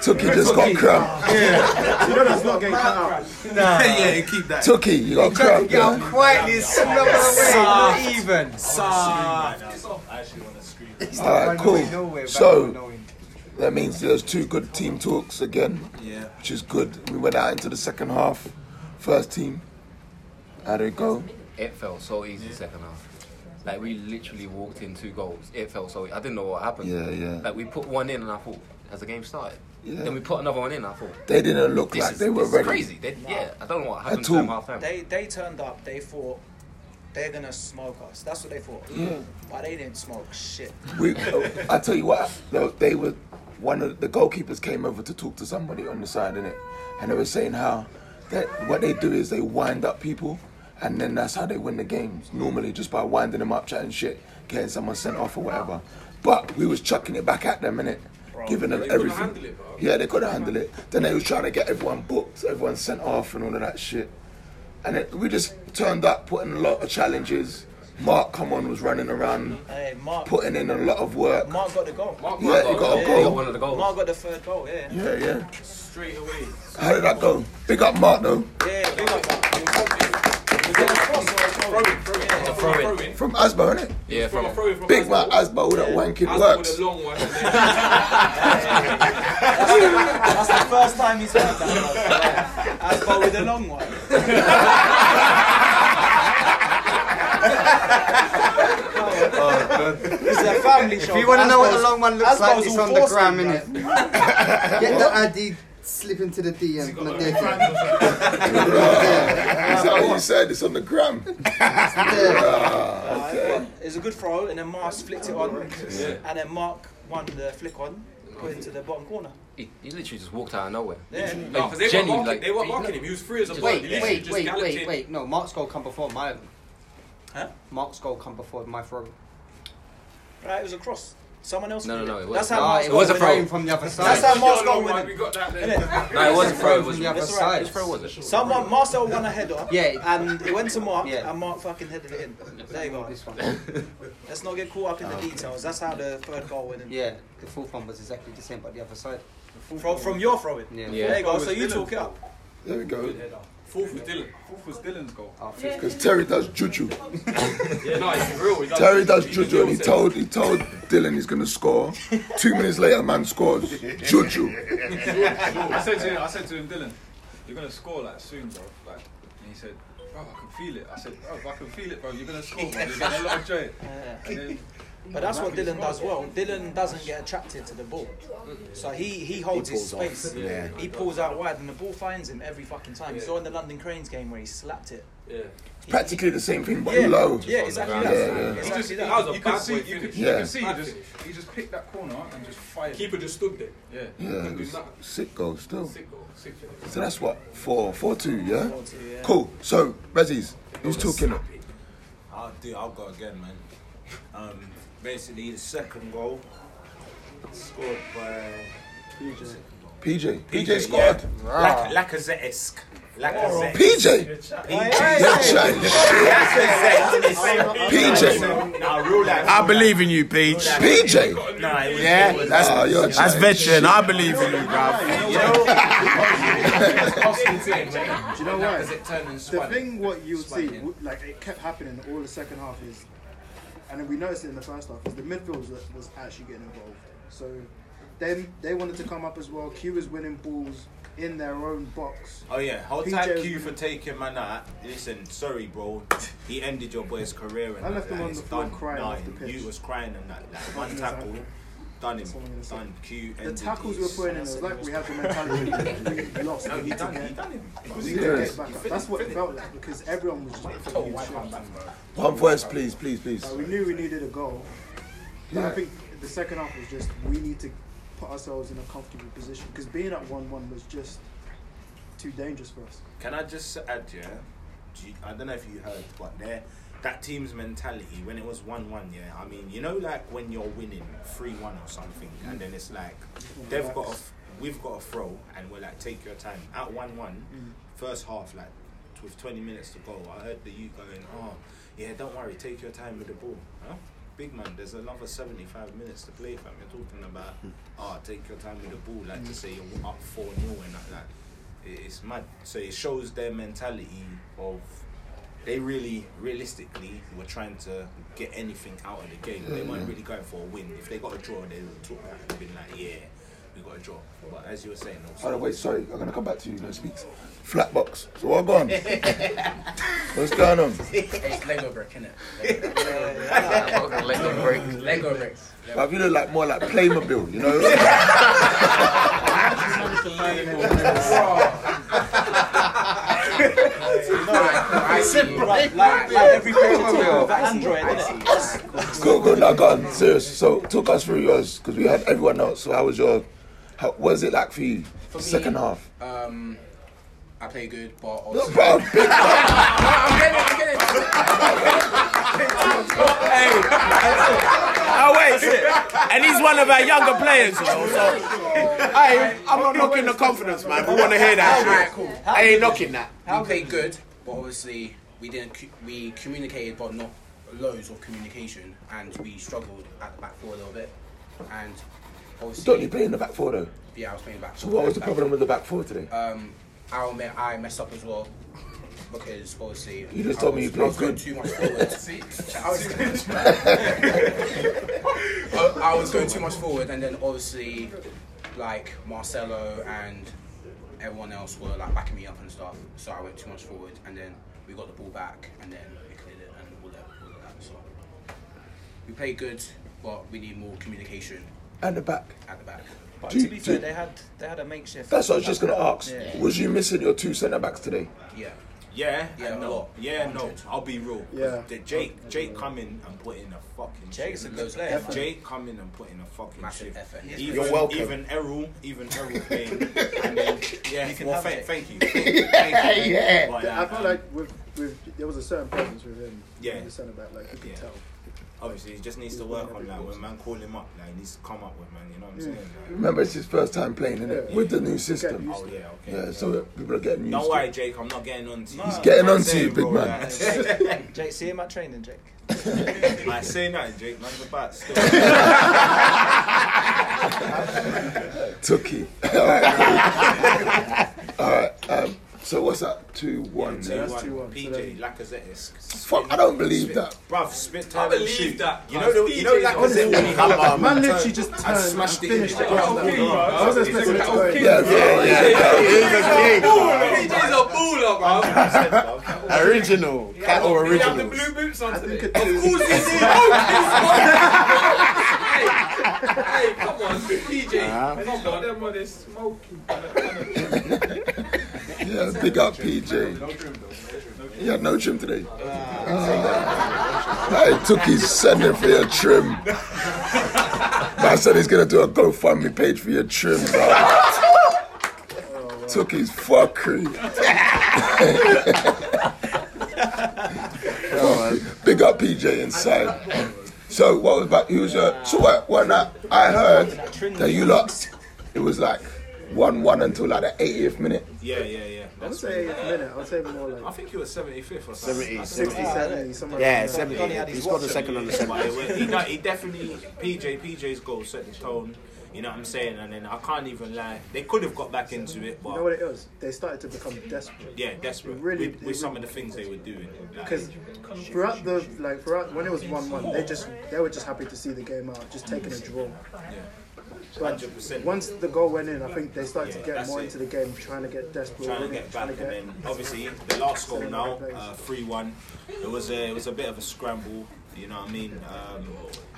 Tookie just got cramp.
Yeah, you know that's not getting cut out.
yeah, keep that.
Tookie, you got cramp.
get on
yeah.
quietly, snuggle away. Not
Soft.
even. Soft.
All right, cool. So that means there's two good team talks again.
Yeah.
Which is good. We went out into the second half. First team. How'd it go?
It felt so easy second half. Like we literally walked in two goals. It felt so. e-, I didn't know what happened.
Yeah, yeah.
Like we put one in and I thought, has the game started?
Yeah.
Then we put another one in. I thought
They didn't look
this
like
is-
they were
this is
ready.
Crazy. They, Yeah. I don't know what
At
happened to them
all.
half time.
They, they turned up, they thought they're gonna smoke us. That's what they thought.
Yeah.
But they didn't smoke shit.
We, I tell you what, they, they were one of the goalkeepers came over to talk to somebody on the side in it, and they were saying how that what they do is they wind up people, and then that's how they win the games normally just by winding them up, chatting shit, getting someone sent off or whatever. But we was chucking it back at them in it, giving them
they couldn't
everything.
handle it, bro.
yeah, they couldn't handle it. Then they was trying to get everyone booked, everyone sent off, and all of that shit. And it, we just turned up, putting a lot of challenges. Mark, come on, was running around,
Hey, Mark,
putting in a lot of work.
Mark got the goal. Mark
Yeah, got he got a goal. goal.
One of the goals.
Mark got the third goal. Yeah.
Yeah, yeah.
Straight away.
How did that go? Big up Mark though.
Yeah, big up. Mark.
It's a throw-in. From Asbo, isn't it?
Yeah,
from, Big man Asbo with that wanking works.
That's the first time he's heard that. As far with the long
Oh,
one. This is a family
If
show.
you want to know what the
Asbo's-
long one looks like,
Asbo's
it's
all
on the
porcelain,
gram,
man.
innit? Get the ID, slip into the DM. Not there.
Is that what you said? It's on the gram. Ah, okay.
It was a good throw, and then Mars flicked it on, and then Mark won the flick on, put it into the bottom corner.
He, he literally just walked out of nowhere.
Yeah.
Like,
No, 'cause they were
genuinely,
marking-
like,
they were marking
no.
him. He was free as a
Just-
Wait,
he
wait,
literally
wait,
just
wait,
galloped
wait,
in.
No, Mark's goal come before my. Huh? Mark's goal come before my throw.
Right, it was a cross. Someone else.
No,
did
no, no,
it
it
That's how
was- no,
Mars
it
got
was a
with
throw from the other
That's
side.
how Mars
Sure,
got
no,
with
why
it.
we got that then.
Innit?
No, it was a throw, it was- From the other
That's right.
side. Which throw was it?
Someone, Marcel won a header.
Yeah.
And it went to Mark, and Mark fucking headed it in. There you go. Let's not get caught up in the details. That's how the third goal went in.
Yeah, the fourth one was exactly the same, but the other side.
From, from your throw in.
Yeah.
There you go. So you talk it up.
There we go.
Fourth was Dylan. Fourth was Dylan's goal.
Because Terry does juju.
Yeah, no, it's real. He does
Terry
juju.
does juju, and he told he told Dylan he's gonna score. Two minutes later, man scores. Juju.
I said to him, I said to him, Dylan, you're gonna score like soon, bro. Like, and he said, bro, I can feel it. I said, bro, I can feel it, bro. You're gonna score, bro. You're getting a lot of joy. And then-
But that's what
Rapid
Dylan
scored.
does well. Dylan doesn't get attracted to the ball. So he, he holds
He
his
pulls off.
space.
Yeah.
He pulls out wide and the ball finds him every fucking time. You saw in the London Cranes game where he slapped it.
Yeah.
Practically the same thing, but
Yeah.
low.
Yeah, exactly
Yeah,
that.
yeah.
Exactly
He just,
that.
you, you could see, you could, you
Yeah.
could see, he just, he just picked that corner and just fired.
Keeper just stood there.
Yeah.
Yeah,
Couldn't do nothing.
sick goal still.
Sick goal, sick goal.
So that's what four, four two, yeah.
Four two, yeah.
Cool. So Rezzies, who's talking?
I'll do. I'll go again, man. Um, basically, the second goal scored by PJ.
PJ. PJ scored.
Yeah. Lac- Lacazette-esque. Lacazette.
PJ.
PJ.
PJ.
Nah, real life.
I believe in you, Peach.
PJ. Nah, it was-
Yeah,
it was-
that's,
Nah, Oh, you're
that's
trash.
veteran. I believe in you, bruv.
You know.
Do you know why?
Because it turned and
The
spun.
thing what you would
Spun
see,
in.
w- like it kept happening all the second half is, and then we noticed it in the first half is the midfield was, was actually getting involved. So, them they wanted to come up as well. Q was winning balls in their own box.
Oh yeah, hold
PJ
tight
was
Q
winning-
for taking man out. Listen, sorry bro, he ended your boy's career and
I left
that,
him
like,
on the
it's
floor
done.
crying
Nah,
off the pitch.
You was crying and that, like one
Fucking
tackle,
exactly.
done him, done. Q
The
ended
tackles we were
his-
putting in, it was like we had the mentality we lost.
No,
we
he
need to
done,
get-
he done him.
we need to
Serious.
get back up. That's what it felt like because everyone was just fucking shit.
One voice, please, please, please.
Like, we knew we needed a goal. But I
Yeah.
think the second half was just we need to put ourselves in a comfortable position because being at one-one was just too dangerous for us.
Can I just add, yeah? Do you, I don't know if you heard, but there, that team's mentality when it was one-one, yeah. I mean, you know, like when you're winning three-one or something, and then it's like they've got, a, f- we've got a throw, and we're like, take your time. At one-one, first half, like t- with 20 minutes to go, I heard the you going, oh, yeah, don't worry, take your time with the ball, huh? Big man, there's another 75 minutes to play, fam. You're talking about, oh, take your time with the ball, like to say you're up 4 0 and that, like, it- it's mad. So it shows their mentality of they really, realistically, were trying to get anything out of the game. They weren't really going for a win. If they got a draw, they would have took that and been like, yeah, we got a draw. But as you were saying,
Oh,
also,
no, wait, sorry, I'm gonna come back to you. Let's speak. Flatbox. So what gone? What's going on?
It's Lego brick, innit?
Lego brick.
Lego bricks.
Bruv, you look like more like Playmobil, you know?
I said, like, like every parent talking about Android, innit?
Go, go, now, go on. Serious. So talk us through yours, because we had everyone else. So how was your, how, what was it like for you?
For me,
Second half.
Um, I play good, but
No,
also.
bro, big
I'm getting it, I'm getting
Oh wait, shit. and he's one of our younger players, you know, so I, I'm not knocking the confidence, man. We want to hear that.
Alright, cool.
shit. I ain't knocking that.
we played good, but obviously we didn't. cu- We communicated, but not loads of communication, and we struggled at the back four a little bit. And obviously,
Don't you play in the back four though?
Yeah, I was playing back.
So what was the
back-
problem with the back four today?
Um, I, me- I messed up as well. because obviously
You just
I
told me
was-
you played
I was going
good.
too much forward. See, I was going too I, I was going too much forward, and then obviously like Marcelo and everyone else were like backing me up and stuff. So I went too much forward, and then we got the ball back, and then we cleared it, and all that, all that. So we played good, but we need more communication
At the back.
at the back.
But
Do you-
to be
do
fair,
you-
they had they had a makeshift.
That's what I was just going to ask.
Yeah.
Was you missing your two centre backs today?
Yeah.
Yeah, yeah, no, yeah, no. I'll be real. 'cause
Yeah.
the Jake, Jake come in and put in a fucking.
Jake's
shift.
a good player, man.
Jake come in and put in a fucking
Massive
shift.
effort.
Even,
You're welcome.
Even Errol, even Errol playing. and then, yeah,
You can
well,
have
thank,
it.
thank you. Thank you. Thank you. But,
Yeah, I
um,
felt like with, with there was a certain presence with him.
Yeah.
the centre back, like you could
Yeah.
tell.
Obviously, he just needs to work on that. When man call him up, like he needs to come up with man. You know what I'm
Yeah.
saying? Like,
Remember, it's his first time playing in it
Yeah.
with the new system.
Oh yeah, okay.
Yeah, so people are getting used
Don't
to
worry, Jake. I'm not getting on to you.
He's getting
I'm
on to
saying,
you, big
bro,
man.
like-
Jake, see him at training, Jake.
I say nothing, Jake. Man's a bat. Still.
it. Tookie. All right. All right. Um, so what's that? Two one.
Two,
now?
one. PJ Lacazette.
Fuck, I don't believe that.
Bruv, spit
I
time and
believe
shoot.
that,
You
bruv.
know, the, you know
PJ
Lacazette when he
Lacazette.
come out.
Man
he
literally
just
and
turned
smashed
and
it.
finished it.
Yeah,
Yeah, okay, bruv.
yeah,
I was
he's
expecting
a-
it to go in.
he's a-
Yeah, yeah, yeah.
He's a king, bruv.
PJ's a baller, bro.
Original. Cattle
Did he have the
original.
blue boots on today? Of
did.
course he did. Oh, he's smoking. hey, hey, come on, PJ.
Uh-huh.
Come on, them on this smoking.
Yeah, big up PJ. He had no trim today.
Uh,
Ah. I took his sending for your trim. Man said he's gonna do a GoFundMe page for your trim, bro. Took his fuckery. Big up PJ inside. So what was about? He was uh, so what? When I, I heard that you lot, it was like one one until like the 80th minute.
Yeah, yeah, yeah.
I would say a minute. I would say more like.
I think he was 75th or something.
70,
60,
70, somewhere
Yeah,
around there.
70. Donny had
He
his
scored the
watch
second
on
on the
me. But it went- he,
second.
no, he definitely PJ PJ's goal set the tone. You know what I'm saying? And then I can't even lie. They could have got back into it,
You
but
know what it is? They started to become desperate.
yeah, desperate.
It really-
with, with some of the things they were doing. Like,
Because throughout the like throughout when it was one one, they just they were just happy to see the game out, just taking a draw. But
100%.
once the goal went in, I think they started
Yeah,
to get
that's
more
it.
into the game, trying to get desperate,
trying to
winning,
get back, and then obviously the last goal now, uh, three one. It was a it was a bit of a scramble. You know what I mean? Um,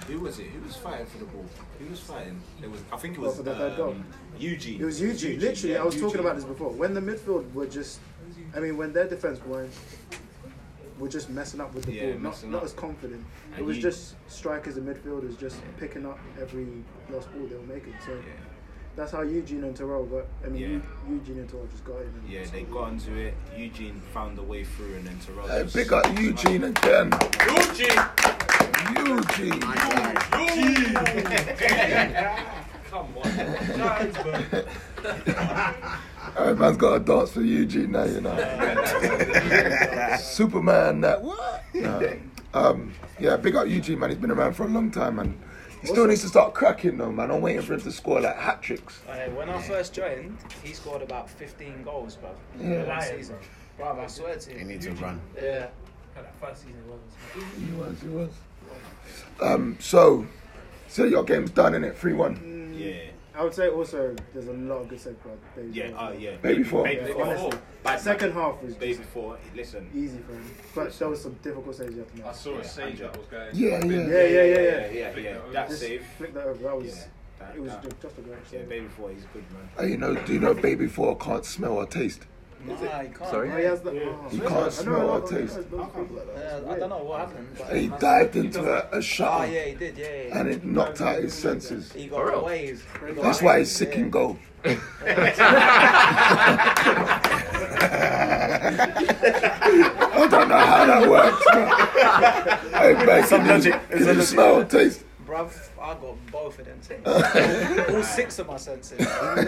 who was it? Who was fighting for the ball? Who was fighting? It was I think it
Well,
was
for the third goal.
um, Eugene.
It was Eugene. Literally,
yeah,
I was talking
Eugene.
about this before. When the midfield were just, I mean, when their defense weren't, were just messing up with the
Yeah,
ball, not,
messing
not
up.
as confident. it
And
was
you-
just strikers and midfielders just picking up every lost ball they were making. So that's how Eugene and Terrell got. I mean, Eu- Eugene and Terrell just got in. And
Yeah, they got into it. Eugene found a way through and then Terrell.
Hey,
was-
big Uh, up Eugene again.
Eugene.
Eugene.
Come on. Johannesburg.
Every man's got a dance for Eugene now, you know. Superman, that what? Nah. Um, yeah, big up Eugene, man. He's been around for a long time, and he still needs to start cracking, though, man. I'm waiting for him to score like hat tricks.
Uh, when I first joined, he scored about 15 goals, bro.
Yeah.
Yeah. Last season, bro. I swear to you.
He needs a run.
Yeah.
He was, he was. Um, so, so your game's done in it, three one.
Yeah.
I would say also there's a lot of good set plays.
Yeah, oh yeah.
Baby four.
Baby
Yeah,
four.
honestly.
Bad
Second
man.
half was
baby four. Listen.
easy for him, but there was some difficult saves you have to make. I
saw a save that was going.
Yeah, yeah,
Yeah, yeah,
yeah, yeah,
yeah, yeah, yeah. That
Just
save.
Flick that over. That was.
That-
it was
that-
ju- just a great
Yeah,
save.
baby four. He's good, man.
Oh, you know, do you know Baby Four can't smell or taste?
Nah, he can't.
Sorry?
Oh, he has the.
Yeah.
Oh,
He
I know
can't
a
smell
lot
or
of- I know
taste.
a lot of people like that.
Yeah, I don't know what happened. but-
He dived into a, a shower.
Ah, yeah, he did, yeah, yeah.
And it knocked out his senses.
He got a wave. He got
That's
a
why
wave,
he's sick
yeah.
and goal. I don't know how that works. but- Hey, man,
Some
can you-
logic.
can
It's a
you
logic.
smell or taste?
Bruv, I got both of them things. All six of my senses. Ah,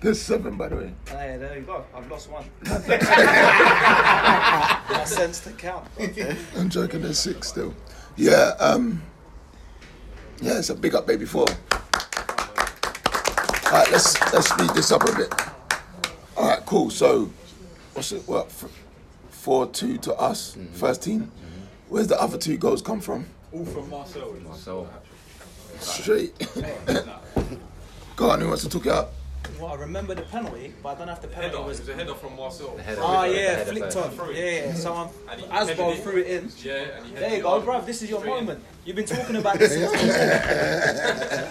There's seven, by the way.
yeah, there you go. I've lost one. my sense to count.
I'm joking. There's six still. Yeah. Um. Yeah, it's a big up, baby four. All right, let's let's speed this up a bit. All right, cool. So, what's it? What? f- four two to us, first team. Where's the other two goals come from?
All from Marcel. Marcel.
Straight. Go on, who wants to talk it up?
Well, I remember the penalty, but I don't know if the penalty
Header, it
was.
was a header from Marcel.
Ah, yeah, flicked on. Yeah, yeah. Someone,
And he
Asbo
headed it.
threw it in.
Yeah, and he
There
headed
you
it
go,
on.
bruv. This is your
Straight in.
moment. You've been talking about this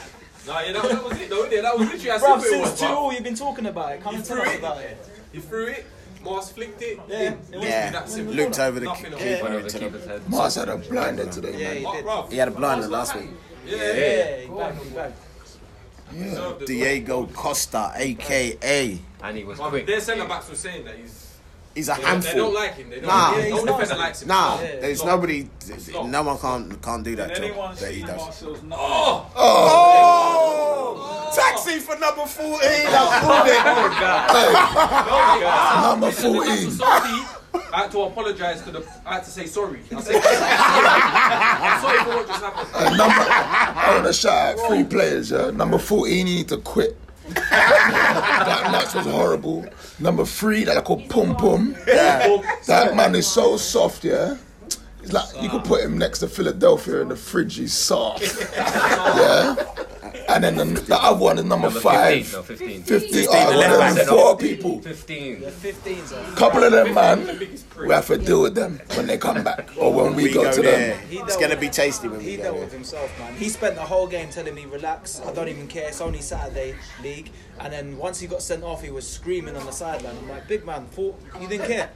since.
Nah, yeah, that, that was it though, innit? That was literally as
Bruv,
simple it
since
was.
two
bruv.
all, you've been talking about it. Come and tell
threw
us
it.
about it.
He threw it, Mars flicked it.
Yeah,
it
it
was
Yeah.
that simple.
Looked over the
Nothing
keeper.
else. Yeah.
into the-
Mars had a blinder today,
Yeah,
man.
he did.
Bruv.
He had a blinder last week.
Yeah,
Yeah.
yeah, he bagged, he bagged.
Diego Costa, aka.
And he was
Bruv, Their centre backs were saying that he's.
He's a
they,
handful.
They don't like him. They don't.
Nah,
yeah, no defender likes him.
nah.
Yeah.
There's
It's not-
nobody. No one can't can't do that job that he does.
Oh!
Oh! Taxi for number fourteen. I pulled it.
Oh,
Number
Listen, listen, so
14.
sorry. I had to apologise to the. I had to say sorry. I said, I'm sorry for what just happened.
Uh, number, I want to shout out three players. Yeah? Number 14, you need to quit. that match was horrible. Number three, that I call Pum Pum. That man is so soft, yeah. He's like you could put him next to Philadelphia in the fridge. He's soft, yeah. And then the, the other one is number,
Number
five.
15, no, 15.
15.
15,
Oh,
the
well,
left
there
back.
was four people.
15.
The 15s are.
Couple of them, man. We have to deal with them when they come back or when we, go, Oh, to
there,
them.
it's gonna be tasty when
He
we
dealt
go
with himself, man. He spent the whole game telling me, relax, I don't even care, it's only Saturday league. And then once he got sent off, he was screaming on the sideline. I'm like, big man, thought you didn't care.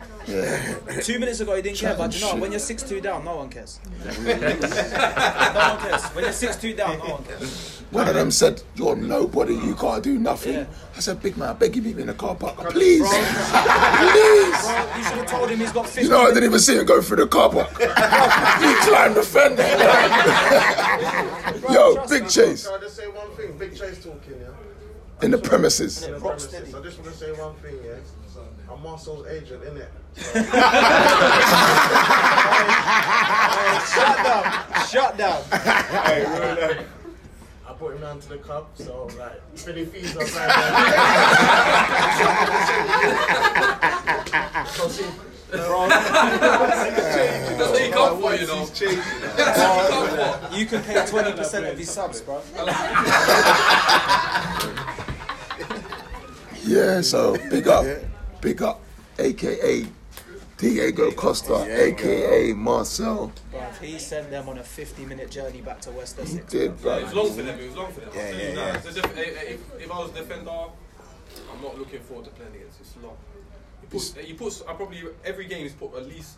Two minutes ago, you didn't care, but you know, when you're 6 2 down, no one cares. no one cares. When you're 6 2 down, no one cares.
One of them said, "You're nobody. You can't do nothing." I said, "Big man, I beg you, meet me in the car park, please, please."
Bro, you should have told him he's got 50.
You know, I didn't even see him go through the car park. he climbed the fender. Yo, big chase
Can I just say one thing? Big Chase talking, yeah?
in the premises.
In the premises. I just want to say one thing, yeah? I'm Marcel's agent, innit?
Shut down. Shut down.
Hey, real life. I brought him down to the club, so like, Philly fees are bad. so, see,
That's what he come for, you know. That's what he come
You can pay 20% of his subs, bro.
Yeah, so big up, big up, aka Diego Costa, aka Marcel.
Bruv, he sent them on a 50 minute journey back to West Essex.
did,
bruv.
bruv.
It was long for them. It was long for them.
Yeah,
I'll tell you that.
yeah, yeah.
It's a diff- eh, if, if, if I was defender, I'm not looking forward to playing against. It's long. He puts. He puts. eh, I probably every game he's put at least.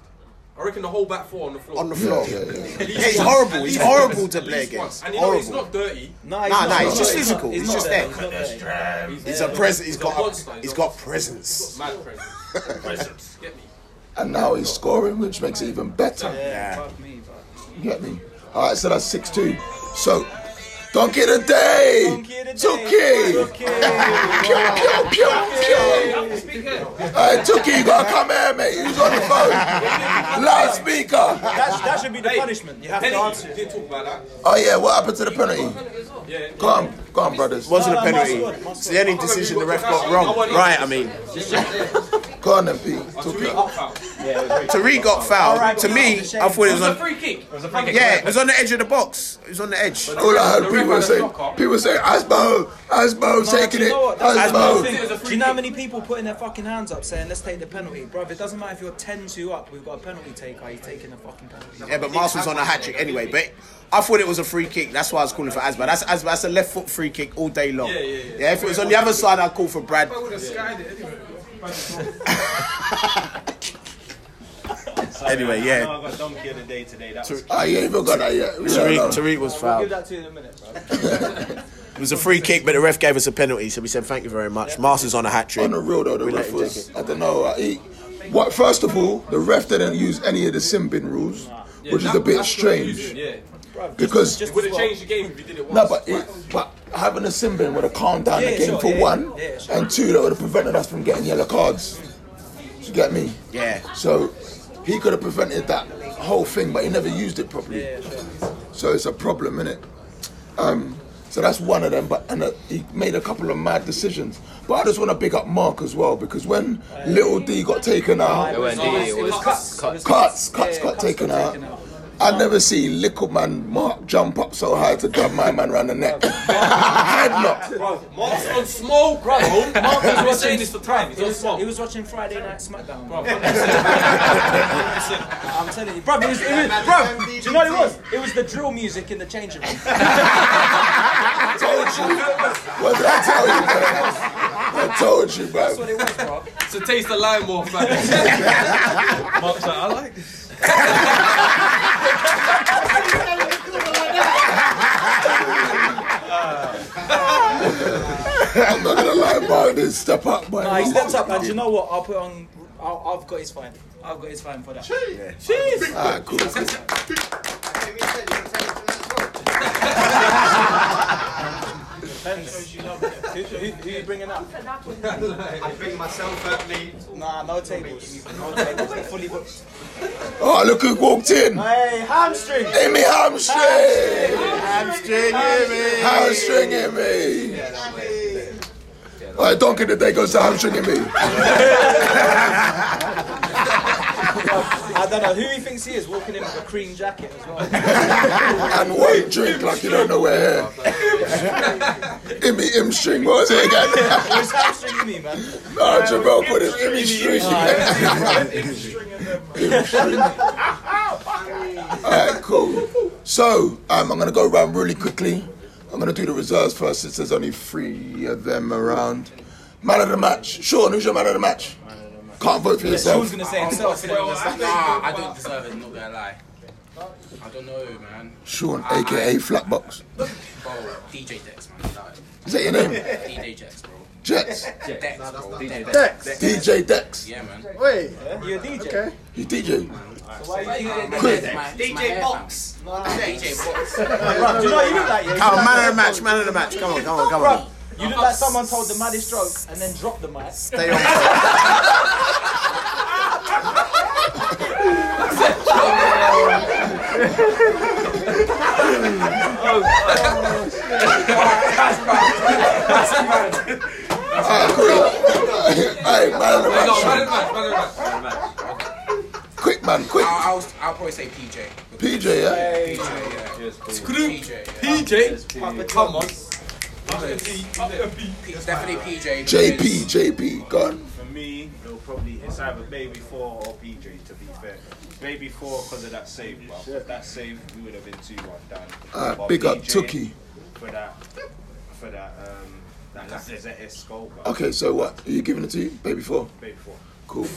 I reckon the whole back four on the floor.
On the floor.
Yeah, yeah, yeah.
At least
Yeah,
once,
he's horrible.
at
He's
least
horrible
once,
to
at
play
least
against.
once. And you know, he's
Horrible.
not dirty.
Nah, nah, he's just physical. He's, just there. He's a presence. He's got.
monster,
A, he's got presence.
Mad presence. presence. Get me.
And now he's scoring, which makes it even better.
Fuck me, bruv.
You get me? All right, so that's 6 2. So, Donkey of the Day! Donkey of the Pew, pew, pew, pew! Hey, Tookie, you gotta come here, mate. Who's on the phone? Loudspeaker!
That's, that should be the punishment. You have to answer.
Didn't talk about that.
Oh, yeah, what happened to the penalty?
Yeah.
Go on, go on, brothers.
Wasn't a penalty. It's the only decision the ref got wrong. Right, I mean.
Go on then, Pete. Took it.
Tariq got fouled. to me, I thought it was on.
free kick. It was a
free kick.
Yeah, it was on the edge of the box. It was on the edge.
All I heard people say, people say, Asbo, Asbo,
No,
taking
do you
it,
know what? That's another
Asbo.
thing. Do you know how many people putting their fucking hands up saying, let's take the penalty? Bruv, it doesn't matter if you're 10 2 up, we've got a penalty taker, he's taking the fucking penalty.
Yeah, but Marcel's on a hat trick anyway. But I thought it was a free kick. That's why I was calling for Asba. That's Asba. That's a left foot free kick all day long.
Yeah, yeah, yeah.
if it was on the other side, I'd call for Brad.
I would have skied it anyway.
Anyway,
I
yeah.
know I got donkey of the day today. That was
Tariq-
Ah, you ain't even got that yet. We don't
Tariq,
know.
Tariq was
We'll give
fouled.
that to you in a minute, bro.
It was a free kick, but the ref gave us a penalty, so we said thank you very much. Marcel's on a hat trick.
On the real though, the
We let
ref
him take
was.
it.
I don't know. uh, He, what? First of all, the ref didn't use any of the sin bin rules, which is a bit strange.
Yeah.
Because-
it would have changed the game if you did it once.
No, but it, but having a sin bin would have calmed down
Yeah,
the game
sure,
for
yeah,
one,
yeah, sure.
and two, that would have prevented us from getting yellow cards. Do you get me?
Yeah.
So he could have prevented that whole thing, but he never used it properly. So it's a problem, innit? Um, So that's one of them. But and uh, he made a couple of mad decisions. But I just want to big up Mark as well because when Little D got taken out,
It was- it was cuts,
cuts,
cuts.
cuts, cuts
Yeah,
got
cuts
taken
got
out.
taken out.
I never see little man Mark jump up so high to grab my man round the neck. Headlock.
Bro, Mark's on smoke, bro. Mark has
He
been
was
saying
watching-
this for time. He's
He
on
was,
smoke.
he was watching Friday Night SmackDown.
Bro,
I'm telling you, bro. It was, it was, bro. Do you know what it was? It was the drill music in the changing room.
What did I tell you, man? I told you, bro.
It's a taste of lime off, man. Mark's like, I like this.
I'm not gonna lie, Mark did step up, but
Nah, he stepped up, and you know what? I'll put on. I'll, I've got his fine. I've got his fine for that.
Jeez. Ah, cool. cool.
Depends. who, who, who you bringing up?
I bring myself up, mate.
Nah, no tables. No tables. They're fully booked.
Oh, look who walked in.
Hey, hamstring.
Amy Hamstring.
Hamstring, Amy.
Hamstring, Amy. All right, donkey the day goes to hamstring Amy.
I don't know who he thinks he is walking in with a cream jacket as well.
and white drink like you don't know where here. Imi Imstring, what was it again?
It was hamstring you mean, man.
no, Jabril put his Imstring. Alright, cool. So, um, I'm going to go around really quickly. I'm going to do the reserves first since there's only three of them around. Man of the match. Sean, who's your man of the match? Can't vote for
Yeah,
yourself.
Sean's gonna say himself. innit? It's like, nah, I don't deserve it. Not gonna lie. I don't know, man.
Sean,
I-
aka
I-
Flatbox.
Bro, DJ Dex, man. Like,
Is that your name?
DJ Dex, bro.
Jets.
Dex, bro. DJ
Dex. DJ Dex.
Yeah, man.
Wait.
You're a DJ.
You DJ.
DJ Box. DJ Box.
Bruh, do you know what you look like?
Oh,
Yeah? You
man of
look like
the match, man of the match. Come on, come on, come on.
Bruh, You look like someone told the maddest joke and then dropped the mic.
Stay on.
Hey, man of the match.
No, man of the
Sean. Quick, man, quick.
I'll, I'll, I'll probably say PJ.
PJ, yeah?
PJ, yeah.
Screw
PJ.
PJ. Come on.
It's definitely PJ.
JP, JP, God.
For me, it'll probably it's either Baby Four or PJ. To be fair, Baby Four because of that save, but with that save we would have been two one down.
Uh,
But
big up
PJ
Tookie.
for that for that um that Lacazette's goal. but
Okay, so what? Are you giving it to you? Baby four?
Baby Four.
Cool.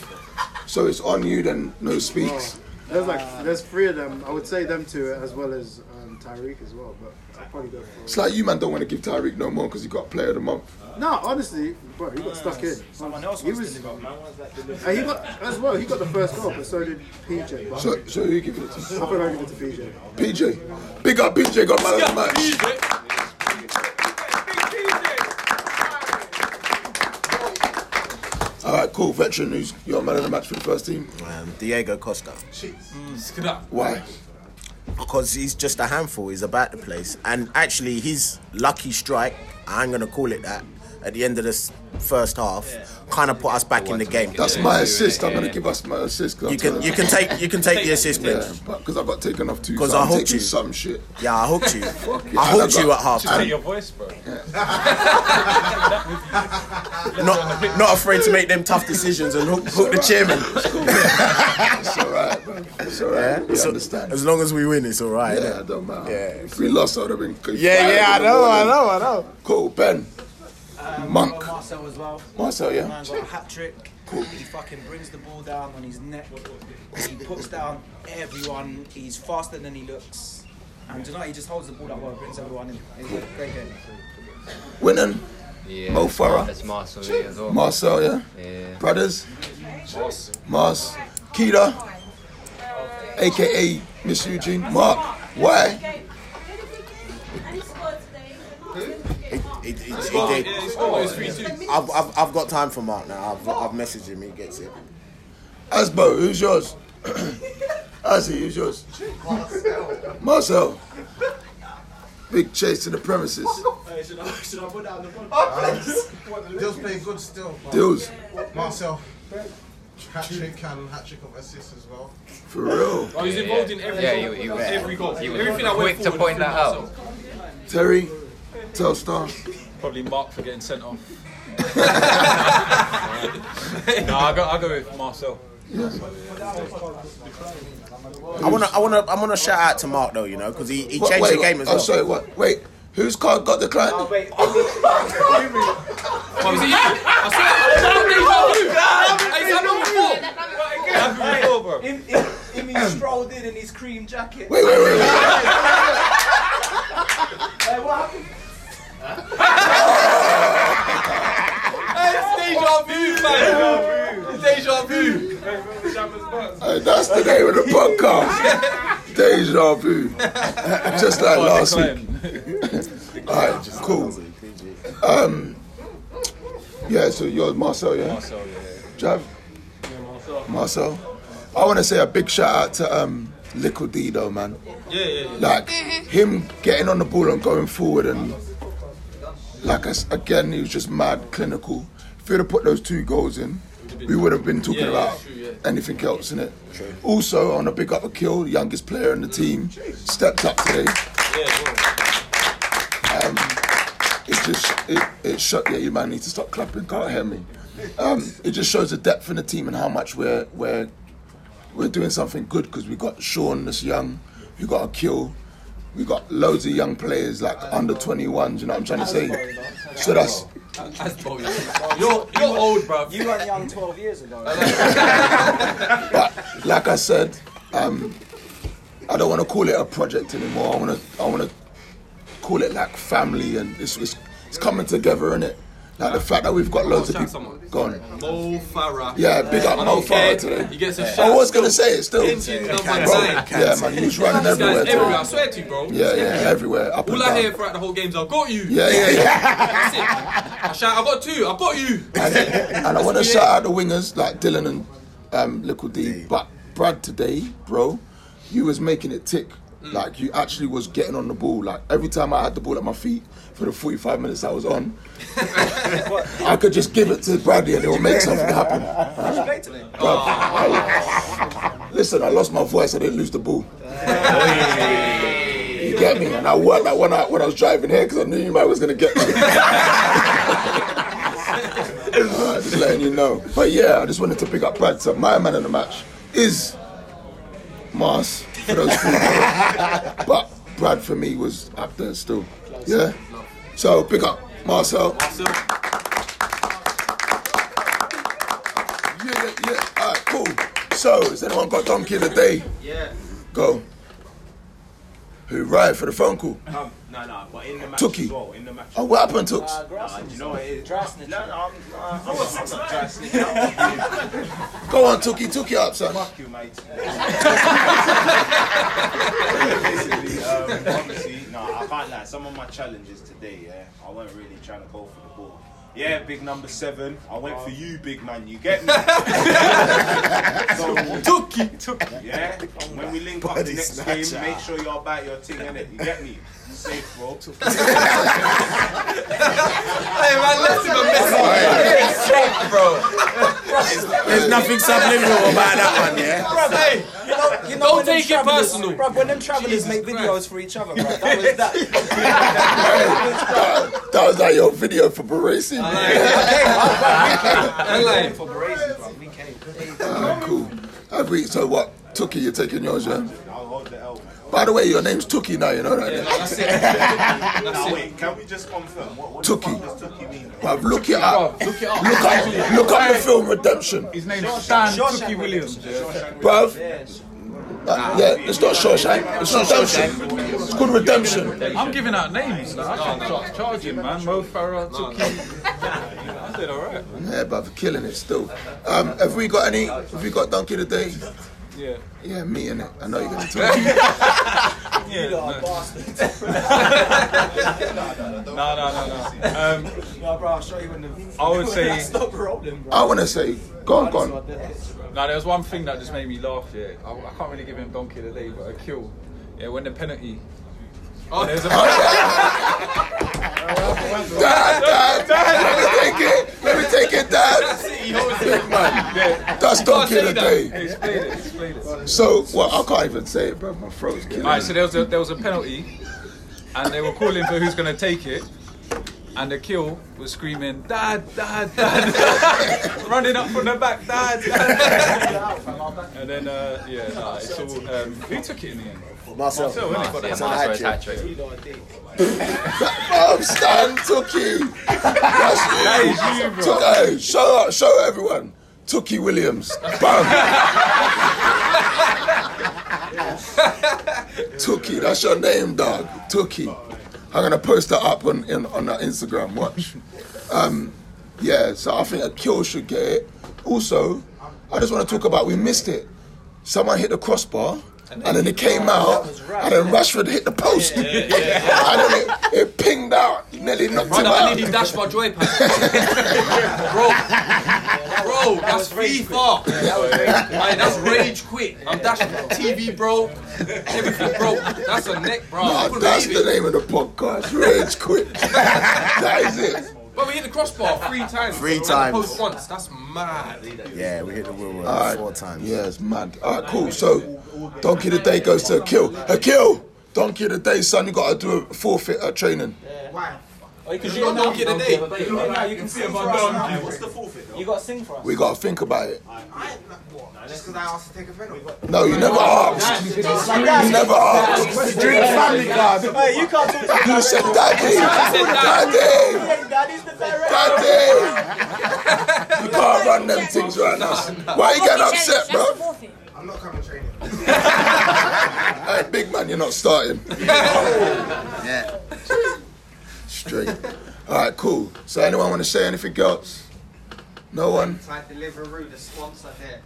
So it's on you then, no speaks.
There's like there's three of them. I would say them two as well as um, Tyreek as well, but I'll probably go for.
It's like you man don't want to give Tyreek no more because he got player of the month.
No, honestly, bro, he got stuck in. Someone else he was. And he got as well. He got the first goal, but so did PJ. But
So, so who giving it to?
I think I'll give it to PJ.
PJ. Big up PJ got man of the match. Alright, cool. Veteran who's your man of the match for the first team.
Um, Diego Costa.
Mm,
Why?
because he's just a handful. He's about the place, and actually, his lucky strike—I'm going to call it that—at the end of this first half, kind of put us back in the game.
That's my assist. I'm gonna give us my assist. 'cause
You
I
can
told
you can take you can take the assist,
Yeah,
please.
because I got taken off too.
'Cause
so
I
I'm
hooked
taking
you.
some shit.
Yeah, I hooked you.
it.
I hooked
And I
you at
got-
half time.
Your voice, bro.
Not not afraid to make them tough decisions and hook, hook the chairman.
It's alright, man. It's alright. We
So-
understand.
As long as we win, it's all right.
Yeah,
innit?
it don't matter. If we lost, I would have been good.
Yeah, yeah, I know, I know, I know.
Cool, Ben. Monk.
Well, Marcel as well.
Marcel, yeah.
Man got a hat trick. He fucking brings the ball down on his neck. He puts down everyone. He's faster than he looks. And tonight he just holds the ball up well, brings everyone in. It's a great game.
Winning.
Yeah.
Mo Farah.
That's Marcel yeah, as well.
Marcel, yeah.
Yeah.
Brothers. Mars. Keita. AKA Miss Eugene. Mark. Why?
He, he, he, he did. I've, I've, I've got time for Mark now. I've, I've messaged him. He gets it.
Asbo, who's yours? Azzy, who's yours? Marcel. Big chase to the premises.
Hey, should, I, should I put that on the podcast? Oh, please.
Dills playing good still. man.
Dills.
Marcel. Hat trick and hat trick of assists as well.
For real.
Oh, he's involved in every
Yeah,
goal.
he- he was-
every goal.
he was
Everything that
quick
went
to
forward,
point
through
that out.
myself.
Terry, Telstar.
Probably marked for getting sent off.
No,
no, I go, I go with Marcel.
I wanna, I wanna, I wanna shout out to Mark though, you know, because he, he
What-
changed
wait,
the game as
oh,
well.
sorry, what? Wait, whose card got declined? Oh,
wait.
Oh, is it you? I swear, I don't think it's not you. It's happened before. It's happened before, bro.
Him, him, him he strolled in in his cream jacket.
Wait, wait, wait.
hey, what happened? hey, it's deja vu, man. It's deja vu.
Hey, that's the name of the podcast. Deja vu. Just like last week. All right, cool. Um, yeah, so yours, Marcel, yeah? Marcel, yeah. Jav? Marcel. I want to say a big shout out to um, Little D, though, man.
Yeah, yeah, yeah.
Like, him getting on the ball and going forward, and like, us again, he was just mad clinical. If he'd have put those two goals in, we would have been talking
Yeah, yeah,
about
true, yeah.
anything else, innit? Also, on a big up a kill, the youngest player in the team stepped up today. Um, it just it, it showed yeah, you might need to stop clapping, can't hear me. Um, it just shows the depth in the team and how much we're we're we're doing something good because we got Sean that's young, we got a kill, we got loads of young players like under 21s, you know what I'm trying to say? So that's
You're, you're old, bro.
You weren't young 12 years ago.
like I said, um, I don't want to call it a project anymore. I want to I want to call it like family, and it's it's, it's coming together, innit? Like the fact that we've got loads of people gone.
Mo Farah.
Yeah, big up
I
Mo
don't care.
Farah today.
He gets a
I
shout.
was gonna say it still.
Engine number
Bro,
nine.
Yeah, man, he was running
This guy's
everywhere. today.
I swear to you, bro.
Yeah, yeah, everywhere. Up and
All I
down.
hear throughout the whole game is, I've got you.
Yeah, yeah, yeah.
That's it. I shout, I've got two, I've got you.
And I want to shout out the wingers like Dylan and um, Little D. But Brad today, bro, you was making it tick. Like you actually was getting on the ball. Like every time I had the ball at my feet for the 45 minutes I was on, I could just give it to Bradley and it would make something happen.
Did you play today?
Bruv, I- listen, I lost my voice. I didn't lose the ball. You get me? And I worked that one out when I was driving here because I knew you might was gonna get me. Uh, just letting you know. But yeah, I just wanted to pick up Brad. So my man of the match is Mars for those three. but Brad for me was up there still. Yeah. So pick up Marcel. Yeah, yeah, yeah. All right, cool. So, has anyone got donkey of the day?
Yeah.
Go. Who right for the phone call?
Um, no, no, but in the match
Tookie.
as well. In the match.
Oh, what happened, Tooks?
Uh, nah, do you know what it is? No, no, I'm, uh, I'm,
Oh,
not- I'm not dry sneaking out.
Go on, Tookie. Tookie up, son.
Uh, Fuck you, mate. Basically, um, obviously, no, I can't lie. Some of my challenges today, yeah, I weren't really trying to go for the ball. Yeah, big number seven. I went for you, big man. You get me?
Tookie,
Tookie. Yeah. When we link up
Body
the next
snatcher.
game, make sure you're about your thing, innit? You get me? Safe, bro.
Hey, man, let's have a message. Straight, bro.
There's nothing subliminal about that one, yeah.
Bruv, you know, you know
Don't
when them
take it
travellers-
personal.
Bruv, when them travelers make videos for each other, bruv, that was that.
That was like your video for Baresi. Ah, cool. Have we, so what? Tookie, you're taking yours, yeah?
I'll hold the L.
By the way, your name's Tookie now, you know that? yeah?
That's it. Now wait, can we just confirm what, what the
Tookie.
fuck does Tookie mean?
Bruv, look it up. Look it up. Look up, the film Redemption.
His name's Stan Tookie Williams.
Bruv. Uh, yeah, it's not Shawshank. It's not Redemption. It's called Redemption.
I'm giving out names. Like, I can't charge, charge him, man. Mo Farah, Tookie. I did all right.
Yeah, bruv, killing it still. Um, have we got any? Have we got Donkey of the Day?
Yeah.
Yeah, me in it. I know you're going to tell me.
Yeah,
You lot are
no.
bastards.
No, no, no, no. Um,
No, bro, I'll show you when the.
I would say-
That's not rolling, bro.
I want to say, go on, go on.
No, there was one thing that just made me laugh. Yeah, I, I can't really give him donkey of the day, but a kill. Yeah, when the penalty
Dad, dad, let me take it. Let me take it, dad. Big man, that's donkey of the day.
Explain it, explain it.
So, well, I can't even say it, bro. My throat's killing.
All right,
me.
so there was a, there was a penalty, and they were calling for who's going to take it, and the kill was screaming, "Dad, dad, dad!" running up from the back, "Dad, dad!" and then, uh, yeah, nah, it's all. Um, who took it in the end?
Marcel.
Marcel, innit? Got
Yeah,
it.
Marcel's hat
Bob Stan Tookie. That's you. Took- hey, show up, show everyone. Tookie Williams. Bam. Tookie, that's your name, dog. Tookie. I'm gonna post that up on in, on our Instagram. Watch. Um, yeah, so I think a kill should get it. Also, I just want to talk about we missed it. Someone hit the crossbar. And then it came out, and then Rashford hit the post, and then it, it pinged out, nearly knocked him
Brother, I
out.
need him dash my joy pad. bro, bro, that's FIFA. Like, that's rage quit. I'm dashing my TV, bro. Everything, bro. That's a neck, bro. I
Nah,
couldn't
that's
believe
the
it.
name of the podcast. Rage quit. that is it.
But we hit the crossbar three times.
Three
bro.
times.
Post once. That's mad.
Yeah, we hit the wheel well
Alright.
four times.
Yeah, it's mad. All right, cool. So, donkey of the day goes to a kill. A kill. Donkey of the day, son. You got to do a forfeit at training.
Why?
Oh, you
can
do it now.
donkey of the day.
You can do it now. You can sing for us now.
What's the forfeit?
You got to sing for us.
We got to think about it.
I what? Just because I asked to take a penalty.
No, you never asked. You never asked.
Drink family card.
Hey, you can't talk You said daddy. Daddy.
Daddy's the
Daddy. You can't run them things right now. Why are you getting upset, bro?
I'm not coming training.
Hey, big man, you're not starting. yeah. Straight. All right, cool. So, anyone want to say anything else? No one?
It's like Deliveroo, the sponsor here.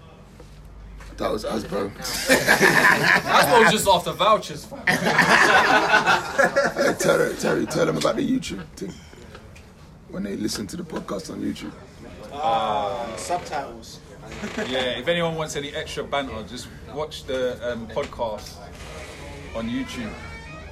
That was us, bro.
That's what was just after vouchers, fam.
Hey, Terry, Terry, tell them about the YouTube thing. When they listen to the podcast on YouTube.
subtitles.
Ah. yeah, if anyone wants any extra banter, just watch the um, podcast on YouTube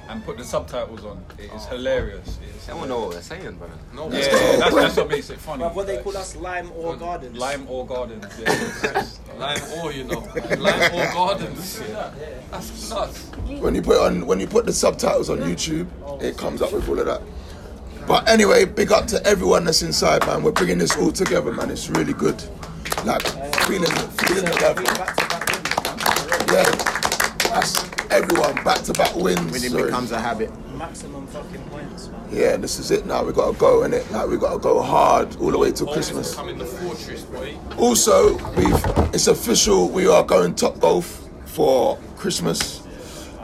and put the subtitles on. It is hilarious. It's
Oh. They won't know what they're saying, bro.
No, yeah,
Let's go.
that's, that's what makes it funny.
Bruv, what they call us, lime or gardens.
Lime or gardens. Yeah, it's- it's-
Lime or, you know. Lime or gardens.
Yeah.
That's nuts.
When you put on, when you put the subtitles on YouTube, it comes up with all of that. But anyway, big up to everyone that's inside, man. We're bringing this all together, man. It's really good. Like feeling, feeling the love. Yeah, that's everyone back to back wins.
When it
Sorry.
becomes a habit.
Maximum fucking points, man.
Yeah, this is it now. We gotta go in it. Like we gotta go hard all the way till Christmas.
I'm in the fortress, boy.
Also, we've it's official. We are going top golf for Christmas.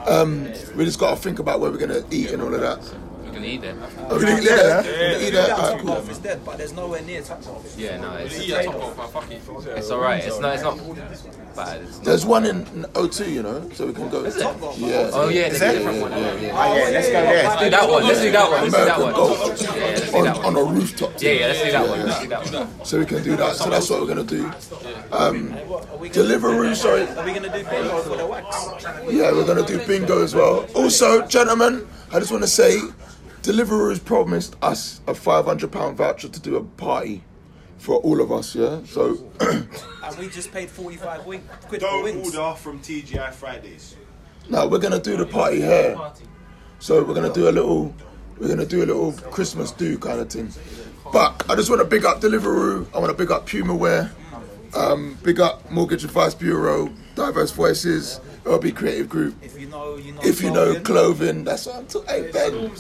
Um, we just got to think about where we're gonna eat and all of that.
You can eat that.
Oh, we didn't eat that.
Yeah.
We didn't eat that.
Yeah.
Alright, cool.
Top is dead, but there's nowhere near top off.
Yeah, no, it's-
a
Yeah, top
trade-off.
It's alright. It's not. It's not bad. It's not.
There's one in in O2, you know, so we can go.
Is it?
Top golf. Yeah.
Oh yeah,
Is
there's a
it?
different one.
Yeah, yeah, yeah.
Oh,
Yeah, let's go there.
Let's do that one. Let's do that one. Let's do that
American
one.
golf.
Yeah, let's do
on,
that one.
on a rooftop.
Yeah, yeah, let's do that
Yeah,
one.
yeah.
Let's do that one.
So we can do that. So that's what we're gonna do. Um, Deliveroo, sorry.
Are we going to do bingo for the wax?
Yeah, we're gonna do bingo as well. Also, gentlemen, I just want to say, Deliveroo has promised us a five hundred pound voucher to do a party for all of us. Yeah, so
And we just paid 45 wing, quid for
Don't
wings.
order from TGI Fridays.
now we're gonna do the party here. So we're gonna do a little, we're gonna do a little Christmas do kind of thing. But I just want to big up Deliveroo. I want to big up Puma Wear. Um, big up Mortgage Advice Bureau, Diverse Voices, LB Creative Group.
If you know, you know.
If you know
clothing.
clothing, that's what I'm talking. Hey Ben,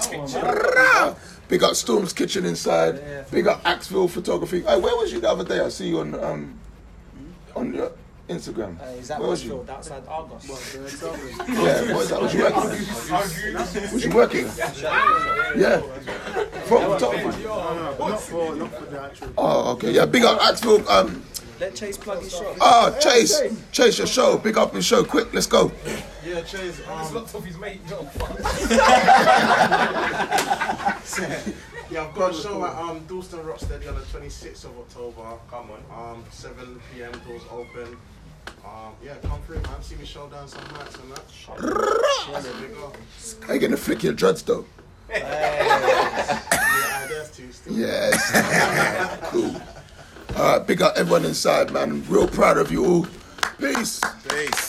Rah! big up Storm's Kitchen inside. Big up Axville Photography. Hey, where was you the other day? I see you on um on your Instagram.
Uh, is that
where was you?
Westfield outside Argos?
Yeah, what is that? Was you working? Was you working? Yeah. From photography.
No, no, not for not for the actual.
Oh, okay. Yeah, big up Axville. Um,
Let Chase plug his shop.
oh Chase, Chase your show. Big up your show. Quick, let's go.
Yeah, Chase. um, He's locked off his mate. No,
Yeah, I've got a show at um, Dalston Rocksteady on the 26th of October. Come on. Um, 7 p.m. doors open.
Um, yeah, come through, man. See me show down some nights and that. There we go.
How you gonna flick your dreads though?
yeah, that's Tuesday.
Yes. Uh, cool. All right, big up everyone inside, man. Real proud of you all. Peace.
Peace.